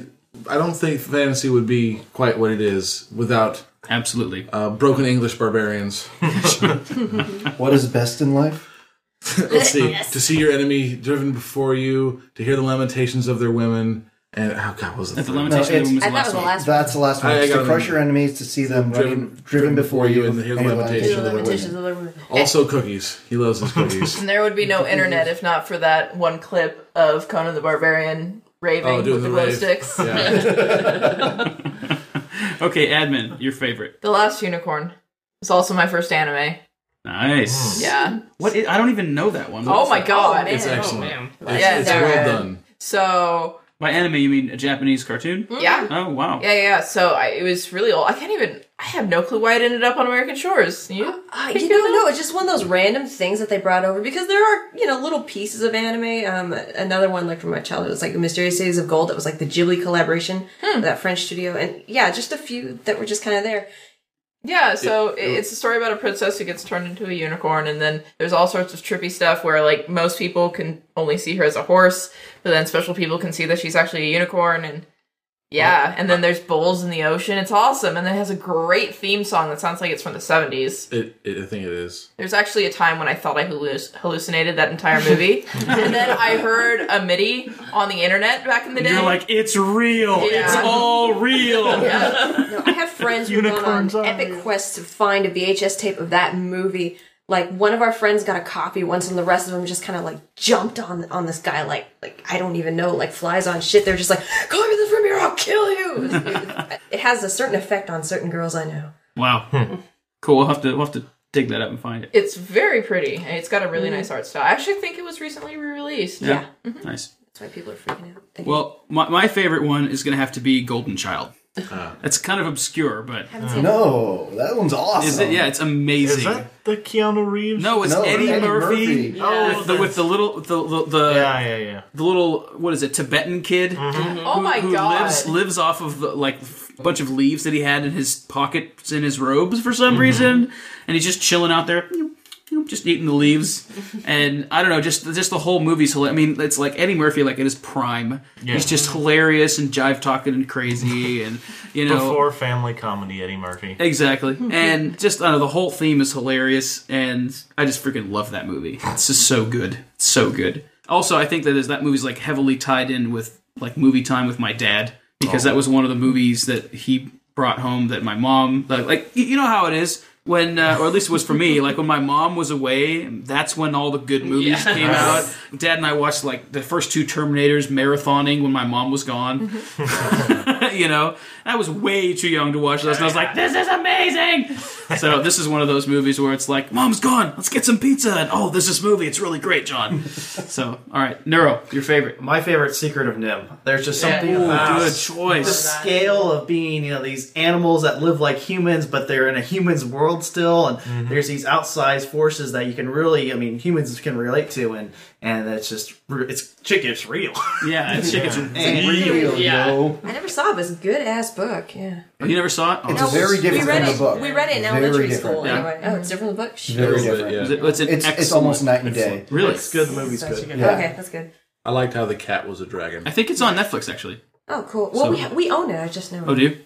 I don't think fantasy would be quite what it is without absolutely. uh, broken English barbarians. What is best in life? Let's see, to see your enemy driven before you, to hear the lamentations of their women, and oh god, what was the the third one? lamentation No, of the it's- woman was I the thought it last was the one. last one. That's the last one. I- I It's got to it. crush your enemies, to see them Driven- running, driven before you, and hear the and lamentations The of their limitations women. of the word. Also cookies. He loves his cookies. And there would be no internet if not for that one clip of Conan the Barbarian raving Oh, doing with the the glow rave. sticks. yeah. Okay, admin, your favorite. The Last Unicorn. It's also my first anime. Mm. Nice. Yeah. What? i- I don't even know that one. What Oh is my that? god. It's excellent. it's Oh, Yeah, it's they're- well done. So By anime, you mean a Japanese cartoon? yeah. Oh wow. Mm. Yeah, yeah. yeah. So I, it was really old. I can't even. I have no clue why it ended up on American shores. You? Uh, you don't know. It's just one of those random things that they brought over because there are, you know, little pieces of anime. Um, another one like from my childhood was like the Mysterious Cities of Gold. That was like the Ghibli collaboration, Hmm. with that French studio, and yeah, just a few that were just kind of there. Yeah. So it, it's a story about a princess who gets turned into a unicorn, and then there's all sorts of trippy stuff where like most people can only see her as a horse, but then special people can see that she's actually a unicorn, and yeah. And then there's bulls in the ocean. It's awesome, and then it has a great theme song that sounds like it's from the '70s. It, it, I think it is. There's actually a time when I thought I halluc- hallucinated that entire movie, and then I heard a MIDI on the internet back in the day. You're like, it's real. Yeah. It's all real. No, I have friends who've gone on epic quests to find a VHS tape of that movie. Like one of our friends got a copy once, and the rest of them just kind of like jumped on on this guy, like like I don't even know, like flies on shit. They're just like, "Copy this from here, I'll kill you." It, it- it has a certain effect on certain girls I know. Hmm. Wow. cool. We'll have to we'll have to dig that up and find it. it's very pretty, and it's got a really Mm. nice art style. I actually think it was recently re-released. Yeah, Mm-hmm. Nice. that's why people are freaking out. They Well, my, my favorite one is going to have to be Golden Child. Uh. That's kind of obscure, but haven't seen No, that one's awesome. is it? Yeah, it's amazing. Is that the Keanu Reeves? no, it's No, Eddie, Eddie Murphy, Murphy. Oh, with, the, with the little with the the, the, yeah, yeah, yeah. the little what is it Tibetan kid Oh my who god! lives lives off of the, like a bunch of leaves that he had in his pockets in his robes for some reason, and he's just chilling out there, you know, just eating the leaves. and I don't know, just just the whole movie's hilarious. I mean, it's like Eddie Murphy, like at his prime. He's just hilarious and jive talking and crazy, and you know. Before family comedy, Eddie Murphy. Exactly, and just I don't know the whole theme is hilarious, and I just freaking love that movie. It's just so good, It's so good. Also, I think that is that movie's like heavily tied in with like movie time with my dad because that was one of the movies that he brought home that my mom like like you know how it is when uh, or at least it was for me like when my mom was away that's when all the good movies came out dad and i watched like the first two terminators marathoning when my mom was gone you know i was way too young to watch this and i was like this is amazing so this is one of those movies where it's like mom's gone let's get some pizza and oh there's this movie it's really great john so all right neuro your favorite My favorite secret of Nim. There's just something Ooh, about good the choice scale of being, you know, these animals that live like humans, but they're in a human's world still, and Mm-hmm. there's these outsized forces that you can really, I mean, humans can relate to, and and it's just re- it's chick, it's real. yeah it's, it's, And- Real, Yeah. yo. it. I never saw it. but It's a good ass book. Yeah, you never saw it Oh, It's very different we read than the it, book. We read it in Very elementary different. school. Yeah. Anyway, oh, it's different than the book. Shit. Very Little bit, different. It's, yeah. an It's, excellent. it's almost night and day. really. it's good. The movie's good. Yeah. Okay, that's good. I liked how the cat was a dragon. I think it's on Netflix actually. Oh, cool. Well, So- we ha- we own it. I just never. Oh, do you?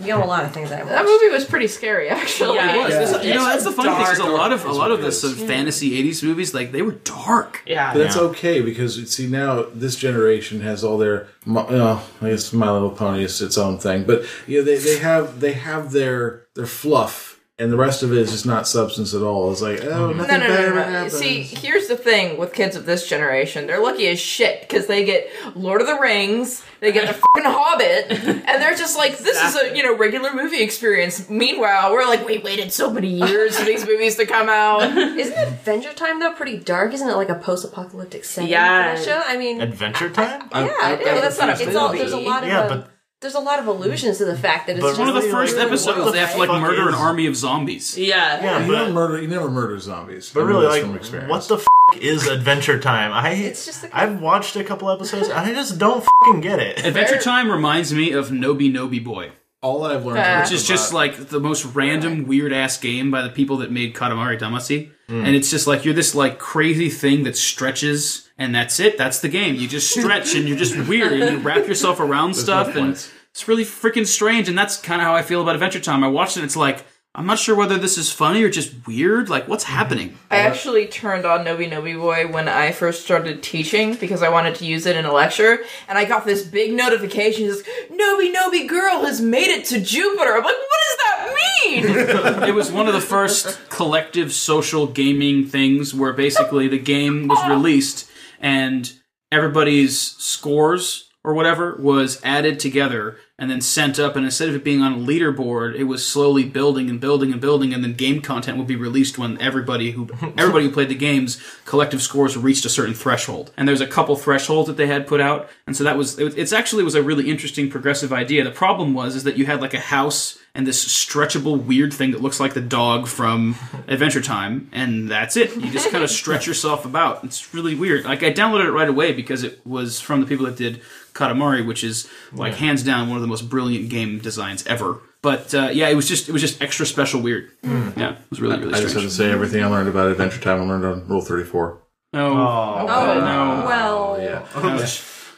We own a lot of things that I that watched. movie was pretty scary, actually. Yeah, Well, it it's- was. you know, that's It's the funny thing. 'cause A dark. lot of a lot of the sort of fantasy '80s movies, like they were dark. But Yeah. that's okay because you see now this generation has all their mo- oh, I guess My Little Pony is its own thing, but you know they, they have they have their their fluff and the rest of it is just not substance at all. It's like oh Mm-hmm. nothing No, no, better no, no, no. happens. See, here's the thing with kids of this generation. They're lucky as shit because they get Lord of the Rings, they get the fucking Hobbit, and they're just like, this is a, you know, regular movie experience. Meanwhile, we're like, we waited so many years for these movies to come out. Isn't Adventure Time though pretty dark? Isn't it like a post-apocalyptic setting? Yeah. for that show? I mean, Adventure Time? yeah, it is. I that's not a it's all, movie. there's a lot of Yeah, uh, but- there's a lot of allusions to the fact that it's But just one One of the Really, first like, episodes, what they have to the like fuck murder an is- army of zombies. Yeah. Yeah, you but, don't murder you never murder zombies. but I know really, this from like, experience. what the f- is Adventure Time? I It's just a- I've watched a couple episodes and I just don't fucking get it. Adventure Time reminds me of Nobi Nobi Boy. all that I've learned, Ah. Which is just like the most random, weird ass game by the people that made Katamari Damacy. And it's just like you're this like crazy thing that stretches, and that's it. That's the game. You just stretch, and you're just weird, and you wrap yourself around stuff, and it's really freaking strange. And that's kind of how I feel about Adventure Time. I watched it, and it's like I'm not sure whether this is funny or just weird. Like, what's happening? I actually turned on Nobi Nobi Boy when I first started teaching because I wanted to use it in a lecture, and I got this big notification: it's like, "Nobi Nobi Girl has made it to Jupiter." I'm like, "What does that mean?" it was one of the first collective social gaming things where basically the game was released and everybody's scores or whatever was added together and then sent up and instead of it being on a leaderboard it was slowly building and building and building and then game content would be released when everybody who everybody who played the games collective scores reached a certain threshold and there's a couple thresholds that they had put out and so that was it, it's actually was a really interesting progressive idea the problem was is that you had like a house and this stretchable weird thing that looks like the dog from Adventure Time, and that's it. You just kind of stretch yourself about. It's really weird. Like I downloaded it right away because it was from the people that did Katamari, which is like hands down one of the most brilliant game designs ever. But uh, yeah, it was just it was just extra special weird. Yeah, it was really really Hmm. I just had strange. to say everything I learned about Adventure Time. I learned on Rule Thirty Four. oh, Oh, no. well. Yeah,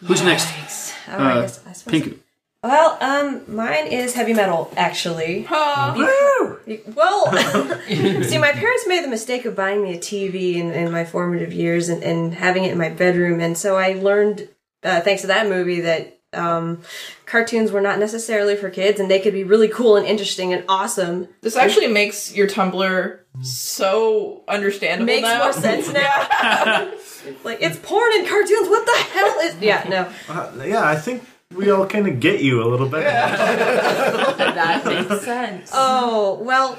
who's next? Oh, I Oh, Uh, guess, I suppose. Pink. Well, um, mine is heavy metal, actually. Woo! Well, see, my parents made the mistake of buying me a TV in, in my formative years and, and having it in my bedroom, and so I learned, uh, thanks to that movie, that um, cartoons were not necessarily for kids, and they could be really cool and interesting and awesome. this actually makes your Tumblr so understandable. Makes now. more sense now. like it's porn and cartoons. What the hell is? Yeah, no. yeah, I think we all kind of get you a little bit. that makes sense. Oh well,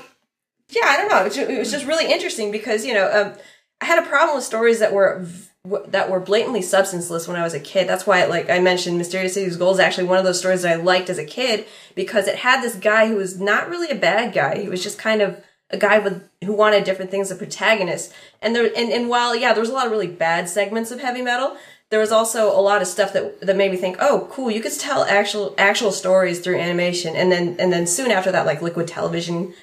yeah. I don't know. It was ju- it was just really interesting because you know um, I had a problem with stories that were v- w- that were blatantly substanceless when I was a kid. That's why, like I mentioned, Mysterious City's Gold is actually one of those stories that I liked as a kid because it had this guy who was not really a bad guy. He was just kind of a guy with who wanted different things. The protagonist, and there, and, and while yeah, there was a lot of really bad segments of heavy metal. There was also a lot of stuff that that made me think, oh, cool, you could tell actual actual stories through animation, and then and then soon after that, like Liquid Television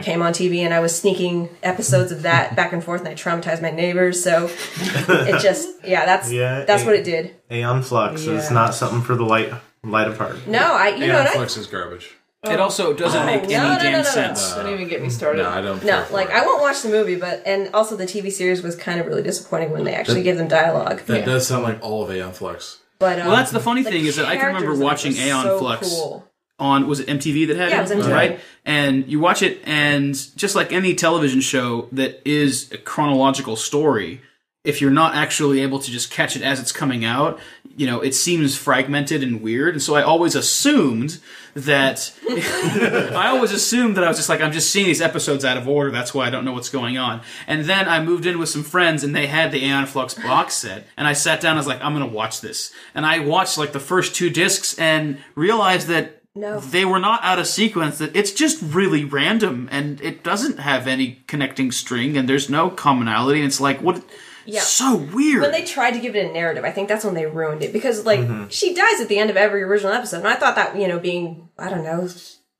came on TV, and I was sneaking episodes of that back and forth, and I traumatized my neighbors. So it just, yeah, that's Yeah, that's it- what it did. Aeon Flux is Yeah. not something for the light light of heart. No, I, you know, yeah. and I, Flux is garbage. It also doesn't make any Oh. no, no, no, damn no, no. sense. Don't even get me started. Uh, No, I don't. care no, for like it. I won't watch the movie, but and also the TV series was kind of really disappointing when they actually gave them dialogue. that does sound like all of Aeon Flux. But um, Well, that's the funny thing is that I can remember characters in it watching were Aeon so Flux. cool. on was it MTV that had Yeah, it, it was MTV. right? And you watch it, and just like any television show that is a chronological story, if you're not actually able to just catch it as it's coming out, you know, it seems fragmented and weird. And so I always assumed that I always assumed that I was just like I'm just seeing these episodes out of order. That's why I don't know what's going on. And then I moved in with some friends, and they had the Aeon Flux box set, and I sat down. and I was like, I'm gonna watch this, and I watched like the first two discs, and realized that No. they were not out of sequence. That it's just really random, and it doesn't have any connecting string, and there's no commonality. And it's like what. So weird. when they tried to give it a narrative, I think that's when they ruined it because like Mm-hmm. she dies at the end of every original episode, and I thought that you know being I don't know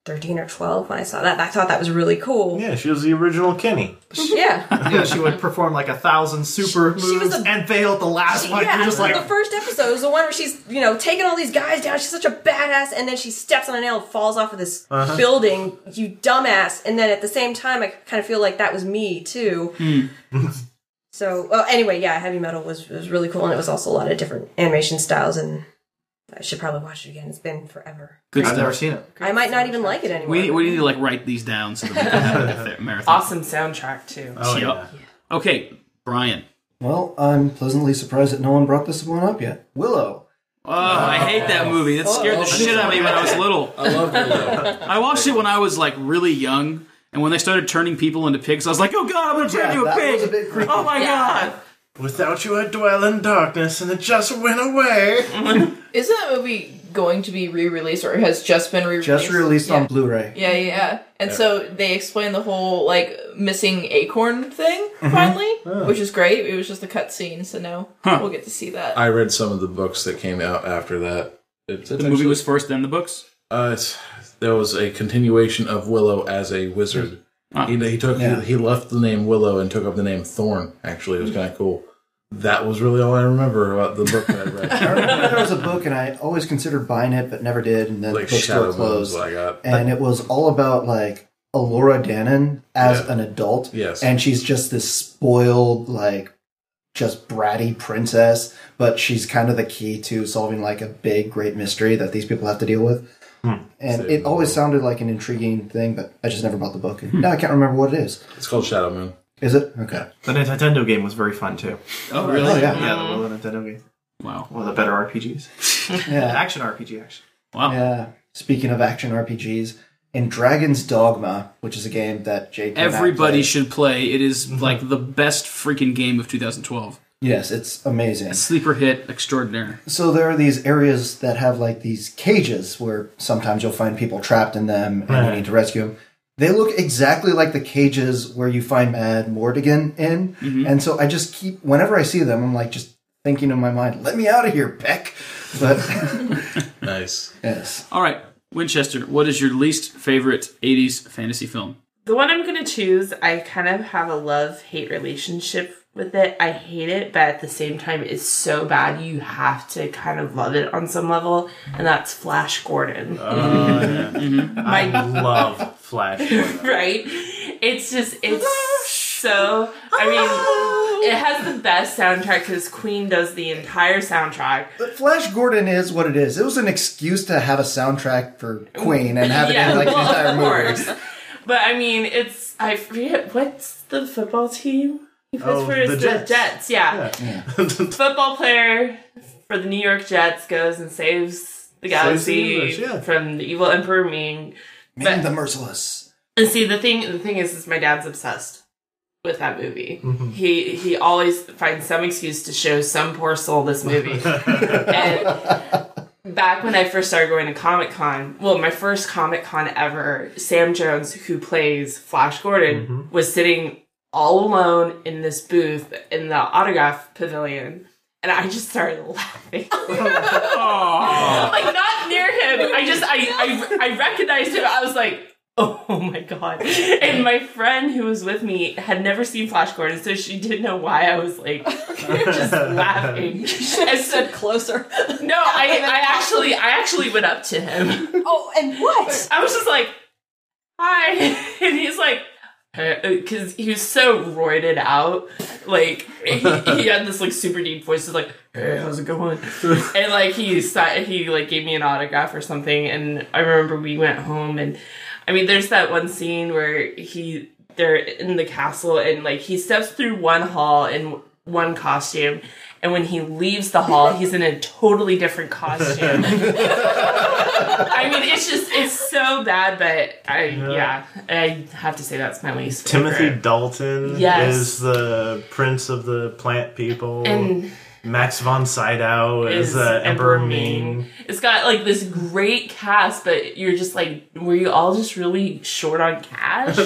thirteen or twelve when I saw that, I thought that was really cool. Yeah, she was the original Kenny. Yeah, You know, she would perform like a thousand super she was moves a- and fail at the last one. yeah. You're just like, the first episode is the one where she's you know taking all these guys down. She's such a badass, and then she steps on a nail and falls off of this building. You dumbass! And then at the same time, I kind of feel like that was me too. so well, anyway, yeah, heavy metal was was really cool, and it was also a lot of different animation styles and. I should probably watch it again. It's been forever. Good I've never stuff. seen it. I might not even like it anymore. We, we need to like write these down so that we can have a th- marathon. Awesome soundtrack too. Oh Yup. Okay, Brian. Well, I'm pleasantly surprised that no one brought this one up yet. Willow. Oh, I hate that movie. That scared the shit out of me when I was little. I love Willow. I watched it when I was like really young, and when they started turning people into pigs, I was like, "Oh god, I'm gonna turn into a that pig!" was a bit creepy. oh my god! Without you, I dwell in darkness, and it just went away. Isn't that movie going to be re-released or has just been re-released? Just released yeah. on Blu-ray. Yeah, yeah. And so they explain the whole like missing acorn thing Mm-hmm. finally, Oh. which is great. It was just a cut scene, so now we'll get to see that. I read some of the books that came out after that. It's, The movie was first, then the books. Uh, it's, there was a continuation of Willow as a wizard. Ah. He, he took he, he left the name Willow and took up the name Thorn. Actually, it was kind of cool. That was really all I remember about the book that I I read. remember there was a book, and I always considered buying it, but never did. And then like the bookstore Shadow Moon is closed, what I got. and it was all about like Alora Dannon as Yeah. an adult. Yes. and she's just this spoiled, like, just bratty princess, but she's kind of the key to solving like a big, great mystery that these people have to deal with. Hmm. And So- it always sounded like an intriguing thing, but I just never bought the book. Hmm. And Now I can't remember what it is. It's called Shadow Moon. Is it okay? The Nintendo game was very fun too. Oh, really? Oh yeah, Yeah, the Willow Nintendo game. Wow. One of the better RPGs. yeah. Action RPG, actually. Wow. Yeah. Speaking of action RPGs, in Dragon's Dogma, which is a game that Jake and I Everybody played- should play. It is Mm-hmm. like the best freaking game of 2012. yes, it's amazing. Sleeper hit extraordinaire. So there are these areas that have like these cages where sometimes you'll find people trapped in them and you need to rescue them. They look exactly like the cages where you find Mad Mordigan in, Mm-hmm. and so I just keep whenever I see them, I'm like just thinking in my mind, "Let me out of here, Peck." But Nice. yes, All right, Winchester, what is your least favorite 80s fantasy film? The one I'm gonna choose, I kind of have a love hate relationship with it. I hate it, but at the same time, it's so bad you have to kind of love it on some level, and that's Flash Gordon. I love Flash. Gordon. right? It's just it's so. I mean, it has the best soundtrack because Queen does the entire soundtrack. but Flash Gordon is what it is. It was an excuse to have a soundtrack for Queen and have it in like an entire movie. But I mean, it's I forget what's the football team he plays Oh, for is the the Jets. Jets. yeah. Football player for the New York Jets goes and saves the galaxy universe, yeah. from the evil Emperor Ming. Man, the merciless. And see, the thing the thing is, is my dad's obsessed with that movie. He he always finds some excuse to show some poor soul this movie. and back when I first started going to Comic Con, well, my first Comic Con ever, Sam Jones, who plays Flash Gordon, was sitting all alone in this booth in the autograph pavilion. And I just started laughing. like not near him. I just I, I I recognized him. I was like, oh my god. And my friend who was with me had never seen Flash Gordon, so she didn't know why I was like just laughing. And so, closer. no, I, I actually I actually went up to him. oh, and what? I was just like, hi. And he's like because he was so roided out, like he, he had this like super deep voice, he's like, "Hey, how's it going?" and like he si- he like gave me an autograph or something and i remember we went home and i mean there's that one scene where he they're in the castle and like he steps through one hall in one costume and when he leaves the hall he's in a totally different costume i mean it's just it's so bad but i yeah, i have to say that's my least Timothy favorite. Dalton Yes. is the prince of the plant people. and Max von Sydow is, uh, Emperor Ming. It's got like this great cast, but you're just like, were you all just really short on cash?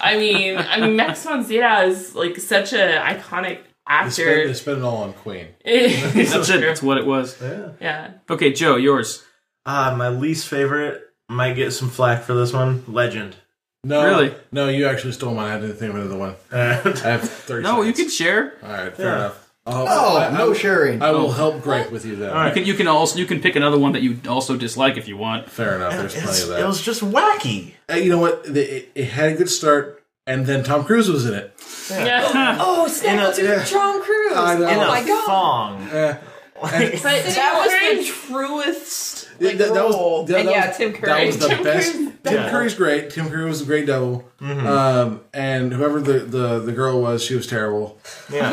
I mean, I mean, Max von Sydow is like such an iconic They spent, they actor. spent it all on Queen. That's it. That's what it was. yeah, Okay, Joe, yours. Ah, my least favorite. Might get some flack for this one. Legend. No, Really? No, you actually stole mine. I didn't think of another one. Uh, I have thirty. No, you seconds. can share. All right, fair Yeah. enough. I'll- Oh, I- I no will- sharing. I Oh. will help Greg with you then. You can, you can also you can pick another one that you also dislike if you want. Fair enough. There's plenty it's- of It that. was just wacky. Uh, you know what? The, it, it had a good start, and then Tom Cruise was in it. yeah. Oh, snap to yeah. Tom Cruise. I know. Oh In a my god. thong. Eh, But that was truest th- that, that was, that, and that yeah, was- Tim That Curry. was the Tim best. Curry's Tim Curry's great. Tim Curry was a great devil. Mm-hmm. Um, and whoever the, the, the girl was, she was terrible. Yeah.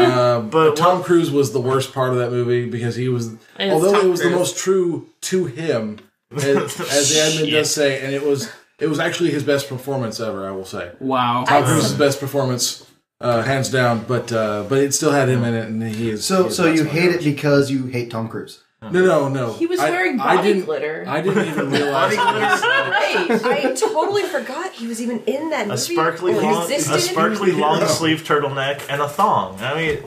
Um, But but Tom Cruise was the worst part of that movie because he was, although Tom it was the Cruise. most true to him, as, as the admin does say, and it was it was actually his best performance ever. I will say Wow. Tom Cruise's best performance, uh, hands down. But uh, but it still had him in it, and he is he So, is so you not hate it smart. because you hate Tom Cruise. No, no, no. he was I- wearing I body didn't- glitter. I didn't even realize. Right. I totally forgot he was even in that movie. a sparkly or long, a existed. sparkly long sleeve turtleneck and a thong. I mean,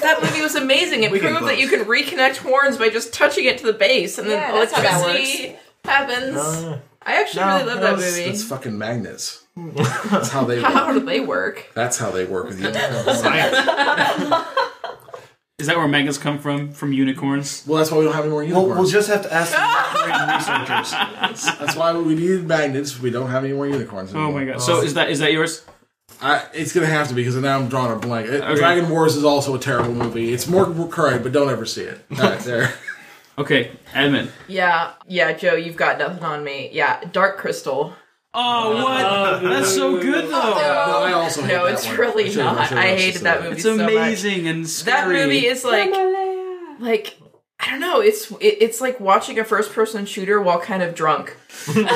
That movie was amazing. It can proved that both. you can reconnect horns by just touching it to the base, and then Yeah, that's how that electricity Happens. Uh, I actually No, really love no, that it's- movie. It's fucking magnets. That's how they work. How do they work? That's how they work with unicorns. Is that where magnets come from? From unicorns? Well, that's why we don't have any more We'll, unicorns. we'll just have to ask the researchers. that's why we needed magnets. We don't have any more unicorns. Oh anymore. my god. So is that is that yours? I, it's gonna have to be because now I'm drawing a blank. It- Dragon Wars is also a terrible movie. It's more recurring, but don't ever see it. All right, there. Okay, admin. Yeah, yeah, Joe, you've got nothing on me. Yeah, Dark Crystal. Oh what? That's so good though. No, I also hate Oh, No, that it's one. really should've- not. should've I watched hated this that today. movie. It's so much. amazing and That scary. movie is like, like I don't know. It's it, it's like watching a first person shooter while kind of drunk. like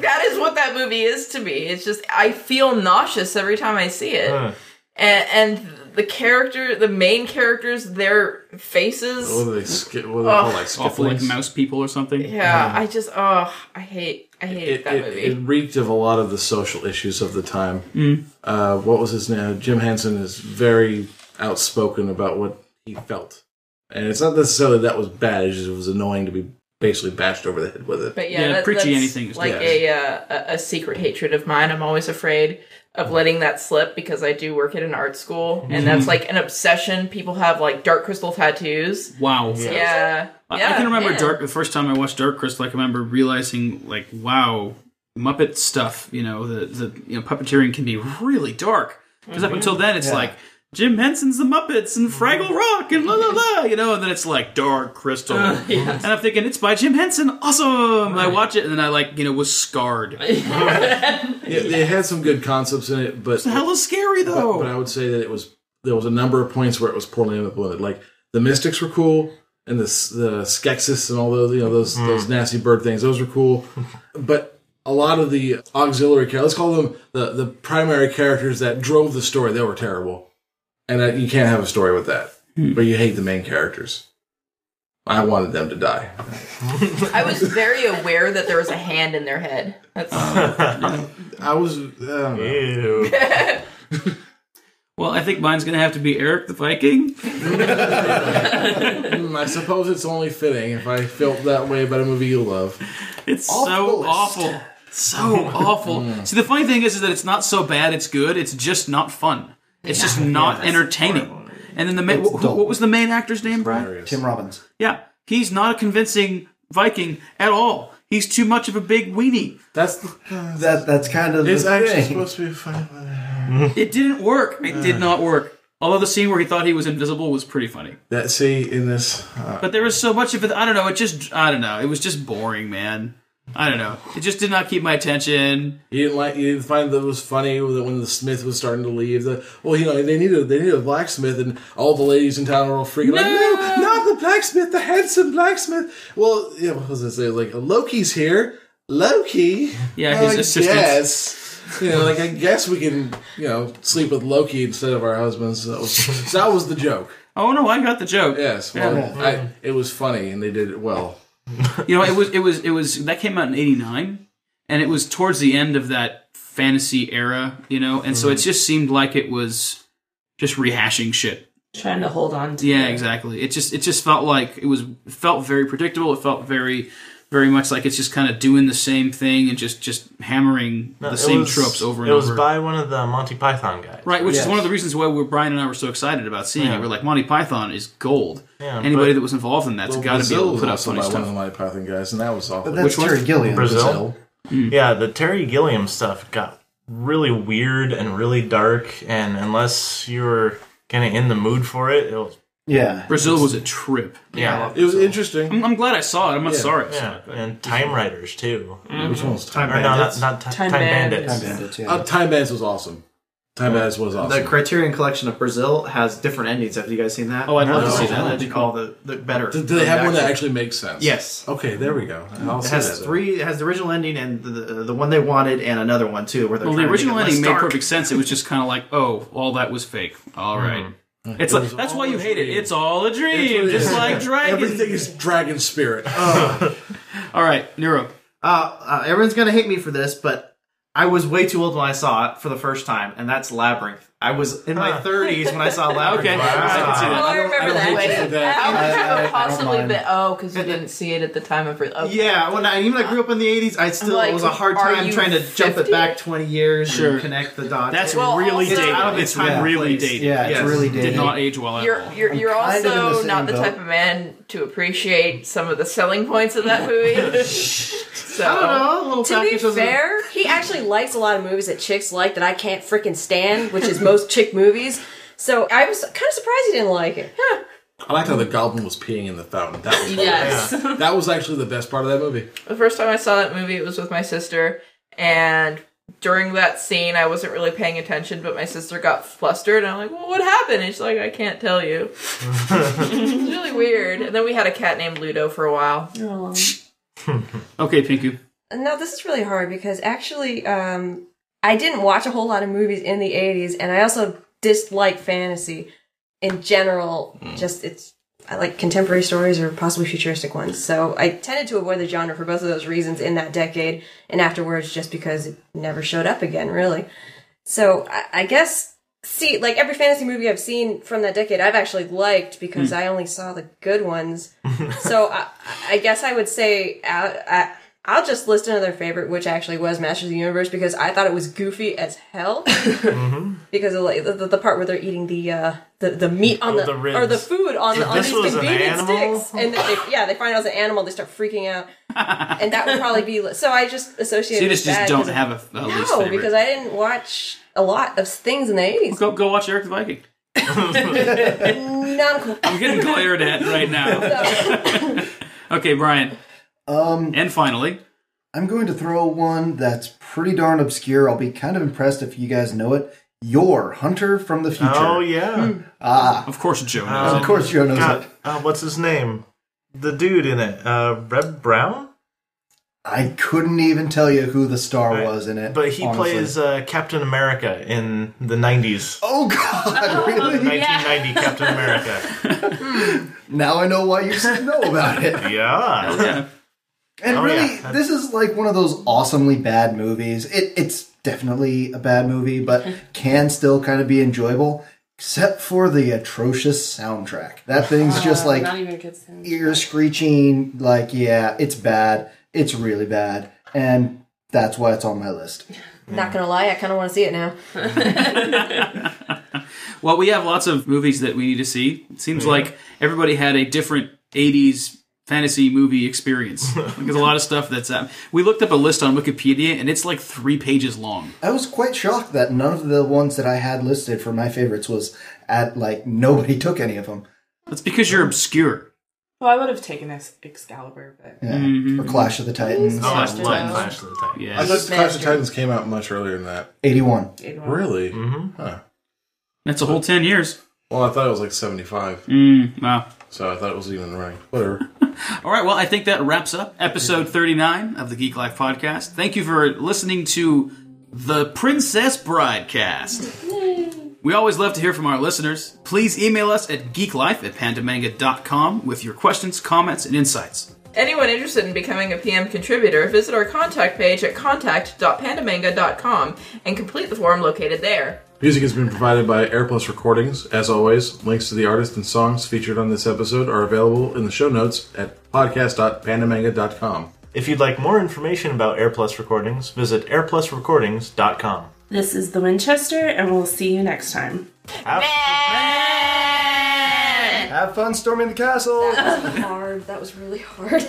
that is what that movie is to me. It's just I feel nauseous every time I see it, Huh. and, and the character, the main characters, their faces. What do they skip? What do they call Ugh. like awful like skiplings? mouse people or something. Yeah, I just oh, I hate I hated It, that it, movie. it reeked of a lot of the social issues of the time. Mm. Uh, what was his name? Jim Henson is very outspoken about what he felt, and it's not necessarily that was bad. It just was annoying to be basically bashed over the head with it. But yeah, Yeah, that- preachy that's anything is like bad. a, uh, a a secret hatred of mine. I'm always afraid of letting that slip because I do work at an art school, Mhm. and that's like an obsession. People have like dark crystal tattoos. Wow. Yeah, I- yeah I can remember man. Dark. The first time I watched Dark Crystal, I can remember realizing, like, wow, Muppet stuff. You know, the the you know puppeteering can be really dark because Mm-hmm. up until then, it's like Jim Henson's the Muppets and Fraggle Rock and la la la. You know, and then it's like Dark Crystal, Uh, and I'm thinking it's by Jim Henson. Awesome. And I watch it and then I like you know was scarred. It's Yeah, It had some good concepts in it, but hella scary But, though. but I would say that it was there was a number of points where it was poorly implemented. Like the Mystics were cool, and the S- the Skeksis and all those you know those those nasty bird things. Those were cool, but a lot of the auxiliary characters, let's call them the the primary characters that drove the story, they were terrible, and that, you can't have a story with that. But you hate the main characters. I wanted them to die. I was very aware that there was a hand in their head. That's Oh, I was. I don't know. Ew. well, I think mine's gonna have to be Eric the Viking. Hmm, I suppose it's only fitting if I felt that way about a movie you love. It's so Awfulest. awful. So awful. See, the funny thing is, is that it's not so bad it's good. It's just not fun. It's just not entertaining. And then the main, wh- who- dull. what was the main actor's name, Brian? Tim Robbins. Yeah, he's not a convincing Viking at all. He's too much of a big weenie. That's uh, the That that's kind of It's the actually thing. supposed to be funny. uh, It didn't work. It did not work. Although the scene where he thought he was invisible was pretty funny. That see in this, uh, But there was so much of it. I don't know. It just, I don't know. It was just boring, man. I don't know. It just did not keep my attention. you didn't like. You didn't find that it was funny that when the Smith was starting to leave. The, well, you know they needed they needed a blacksmith, and all the ladies in town were all freaking out. No, not the blacksmith, the handsome blacksmith. Well, yeah, what was it say? Like Loki's here. Loki. Yeah, his I assistant. Guess. You know, like I guess we can, you know, sleep with Loki instead of our husbands. That was so that was the joke. Oh, no, I got the joke. Yes, well, I, it was funny and they did it well. You know, it was it was it was that came out in '89, and it was towards the end of that fantasy era, you know, and Mm-hmm. so it just seemed like it was just rehashing shit. Trying to hold on to Yeah, it. exactly. It just it just felt like it was it felt very predictable. It felt very very much like it's just kind of doing the same thing and just just hammering No, the it same was- tropes over and It was over. by one of the Monty Python guys. Right, which is Yes. one of the reasons why we Brian and I were so excited about seeing it. We're like, Monty Python is gold. Yeah, Anybody but- that was involved in that's got to be Brazil able to was put up also funny by stuff. one of the Monty Python guys, and that was awful. But that's Which Terry Gilliam. Brazil. Yeah, the Terry Gilliam stuff got really weird and really dark, and unless you were kind of in the mood for it, it was Yeah. Brazil was a trip. yeah, It was interesting. I'm, I'm glad I saw it. I'm not sorry. I saw yeah, it, but- and Time Riders too. Which one was Mm-hmm. Time Time? Or no, not, Bandits. not Ti- Time, Time Bandits. Bandits. Time Bandits, yeah. Uh, Time Bandits was awesome. Time Bandits was the awesome. Criterion Collection of Brazil has different endings. Have you guys seen that? Oh, I'd love to see that. What do you call the, the better? Did do they have one that actual- actually makes sense? Yes. Okay, there we go. I'll It say has that. three. It has the original ending and the, the, the one they wanted, and another one too. Where they're Well, the trying to make it original less ending made dark. perfect sense. It was just kind of like, oh, all that was fake. All right. It's like that's why all you a hate it. dream. It's all a That's dream, what it just is. like Everything Dragon. is dragon spirit. Oh, All right, Nero. Uh, uh, everyone's gonna hate me for this, but I was way too old when I saw it for the first time, and that's Labyrinth. I was in my 30s when I saw Lavender. Okay. Drive. I can see Oh, that. I, don't- remember I don't that. hate you for that. How I- could you I- I have don't possibly mind. been? Oh, because you didn't see it at the time of. Re- okay. Yeah, when I, even I grew up in the 80s, I still Like, it was a hard are time you trying to jump it 50? back 20 years Sure. and connect the dots. That's Well, really also- dated. Out of It's its time really place. dated. Yeah, Yes. it's really Did dated. Did not e- age well at You're all. you're, you're kind of in the also same not the boat. type of man to appreciate some of the selling points of that movie. so I don't know. a Little To be package of- fair, he actually likes a lot of movies that chicks like that I can't freaking stand, which is most chick movies. So I was kind of surprised he didn't like it. I liked how the goblin was peeing in the fountain. That was Yes. that was actually the best part of that movie. The first time I saw that movie, it was with my sister, and during that scene, I wasn't really paying attention, but my sister got flustered, and I'm like, "Well, what happened?" And she's like, "I can't tell you." it's really weird. And then we had a cat named Ludo for a while. Okay, Pinku. No, this is really hard because actually, um, I didn't watch a whole lot of movies in the '80s, and I also dislike fantasy in general. Just it's I like contemporary stories or possibly futuristic ones, so I tended to avoid the genre for both of those reasons in that decade and afterwards, just because it never showed up again, really. So I, I guess see, like every fantasy movie I've seen from that decade, I've actually liked because Hmm. I only saw the good ones. so I, I guess I would say out. I, I'll just list another favorite, which actually was Masters of the Universe, because I thought it was goofy as hell. Because of like, the, the, the part where they're eating the uh, the, the meat on Oh, the, the ribs. or the food on, the, on this these was an convenient animal? sticks, and then they, yeah, they find out it's an animal. They start freaking out, and that would probably be so. I just associated. You just, with just that don't 'cause- have a, a least no, favorite. because I didn't watch a lot of things in the eighties. go go watch Eric the Viking. Not cool. I'm getting glared at right now. Okay, Brian. Um, and finally, I'm going to throw one that's pretty darn obscure. I'll be kind of impressed if you guys know it. Your Hunter from the Future. Oh yeah. of course, Joe. knows. Of course, Joe knows God, it. uh, what's his name? The dude in it, uh, Reb Brown. I couldn't even tell you who the star Right. was in it. But he honestly. plays uh, Captain America in the '90s, Oh God! Really? 1990 Captain America. Now I know why you should know about it. Yeah. yeah. And Oh, really, yeah. this is like one of those awesomely bad movies. It, it's definitely a bad movie, but can still kind of be enjoyable, except for the atrocious soundtrack. That thing's just like Not even a good sound. ear screeching. Like, yeah, it's bad. It's really bad, and that's why it's on my list. Not gonna lie, I kind of want to see it now. Well, we have lots of movies that we need to see. It seems like everybody had a different 80s fantasy movie experience. Like, There's a lot of stuff that's. Uh, we looked up a list on Wikipedia, and it's like three pages long. I was quite shocked that none of the ones that I had listed for my favorites was at like nobody took any of them. That's because you're obscure. Well, I would have taken Ex- Excalibur, but Yeah. Or Clash of the Titans, Oh, I love Clash of the Titans. Clash of the Titans. Yeah. I thought Clash of Bastard. Titans came out much earlier than that. eighty-one. Really? Mm-hmm. Huh. That's a whole 10 years. Well, I thought it was like 75, Mm, wow. so I thought it was even in the running. Whatever. All right, well, I think that wraps up episode 39 of the Geek Life Podcast. Thank you for listening to the Princess Broadcast. We always love to hear from our listeners. Please email us at geeklife at pandamanga.com with your questions, comments, and insights. Anyone interested in becoming a PM contributor, visit our contact page at contact.pandamanga.com and complete the form located there. Music has been provided by Airplus Recordings. As always, links to the artists and songs featured on this episode are available in the show notes at podcast.pandamanga.com. If you'd like more information about AirPlus Recordings, visit airplusrecordings.com. this is the Winchester, and we'll see you next time. Have fun storming the castle. hard. That was really hard.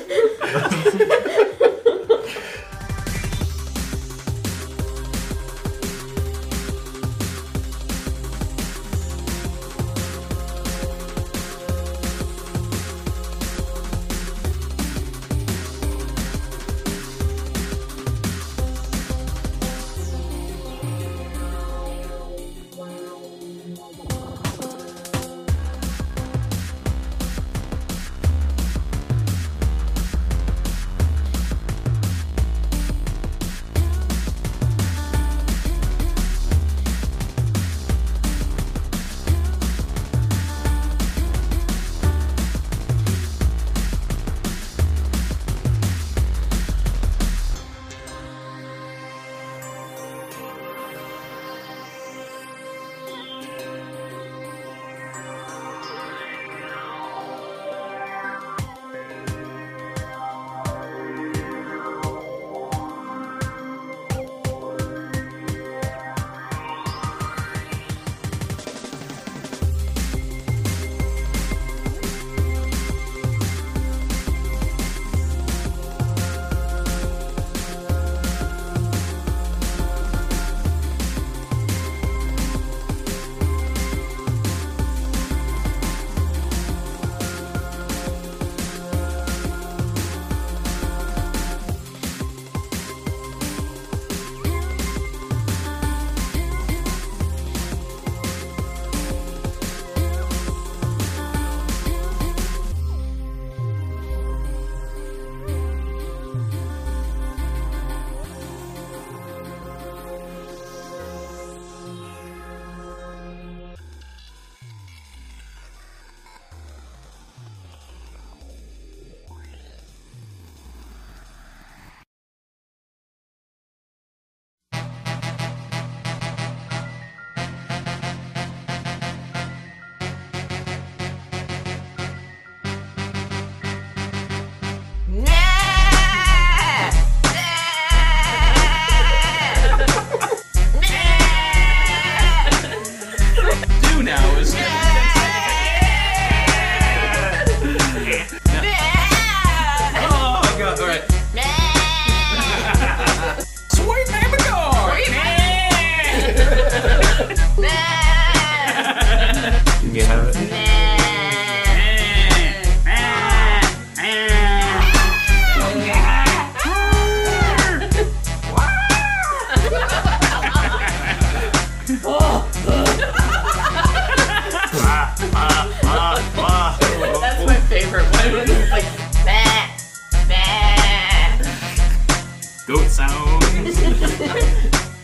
Oh, That's my favorite one. It's like, bah, bah. Goat sound.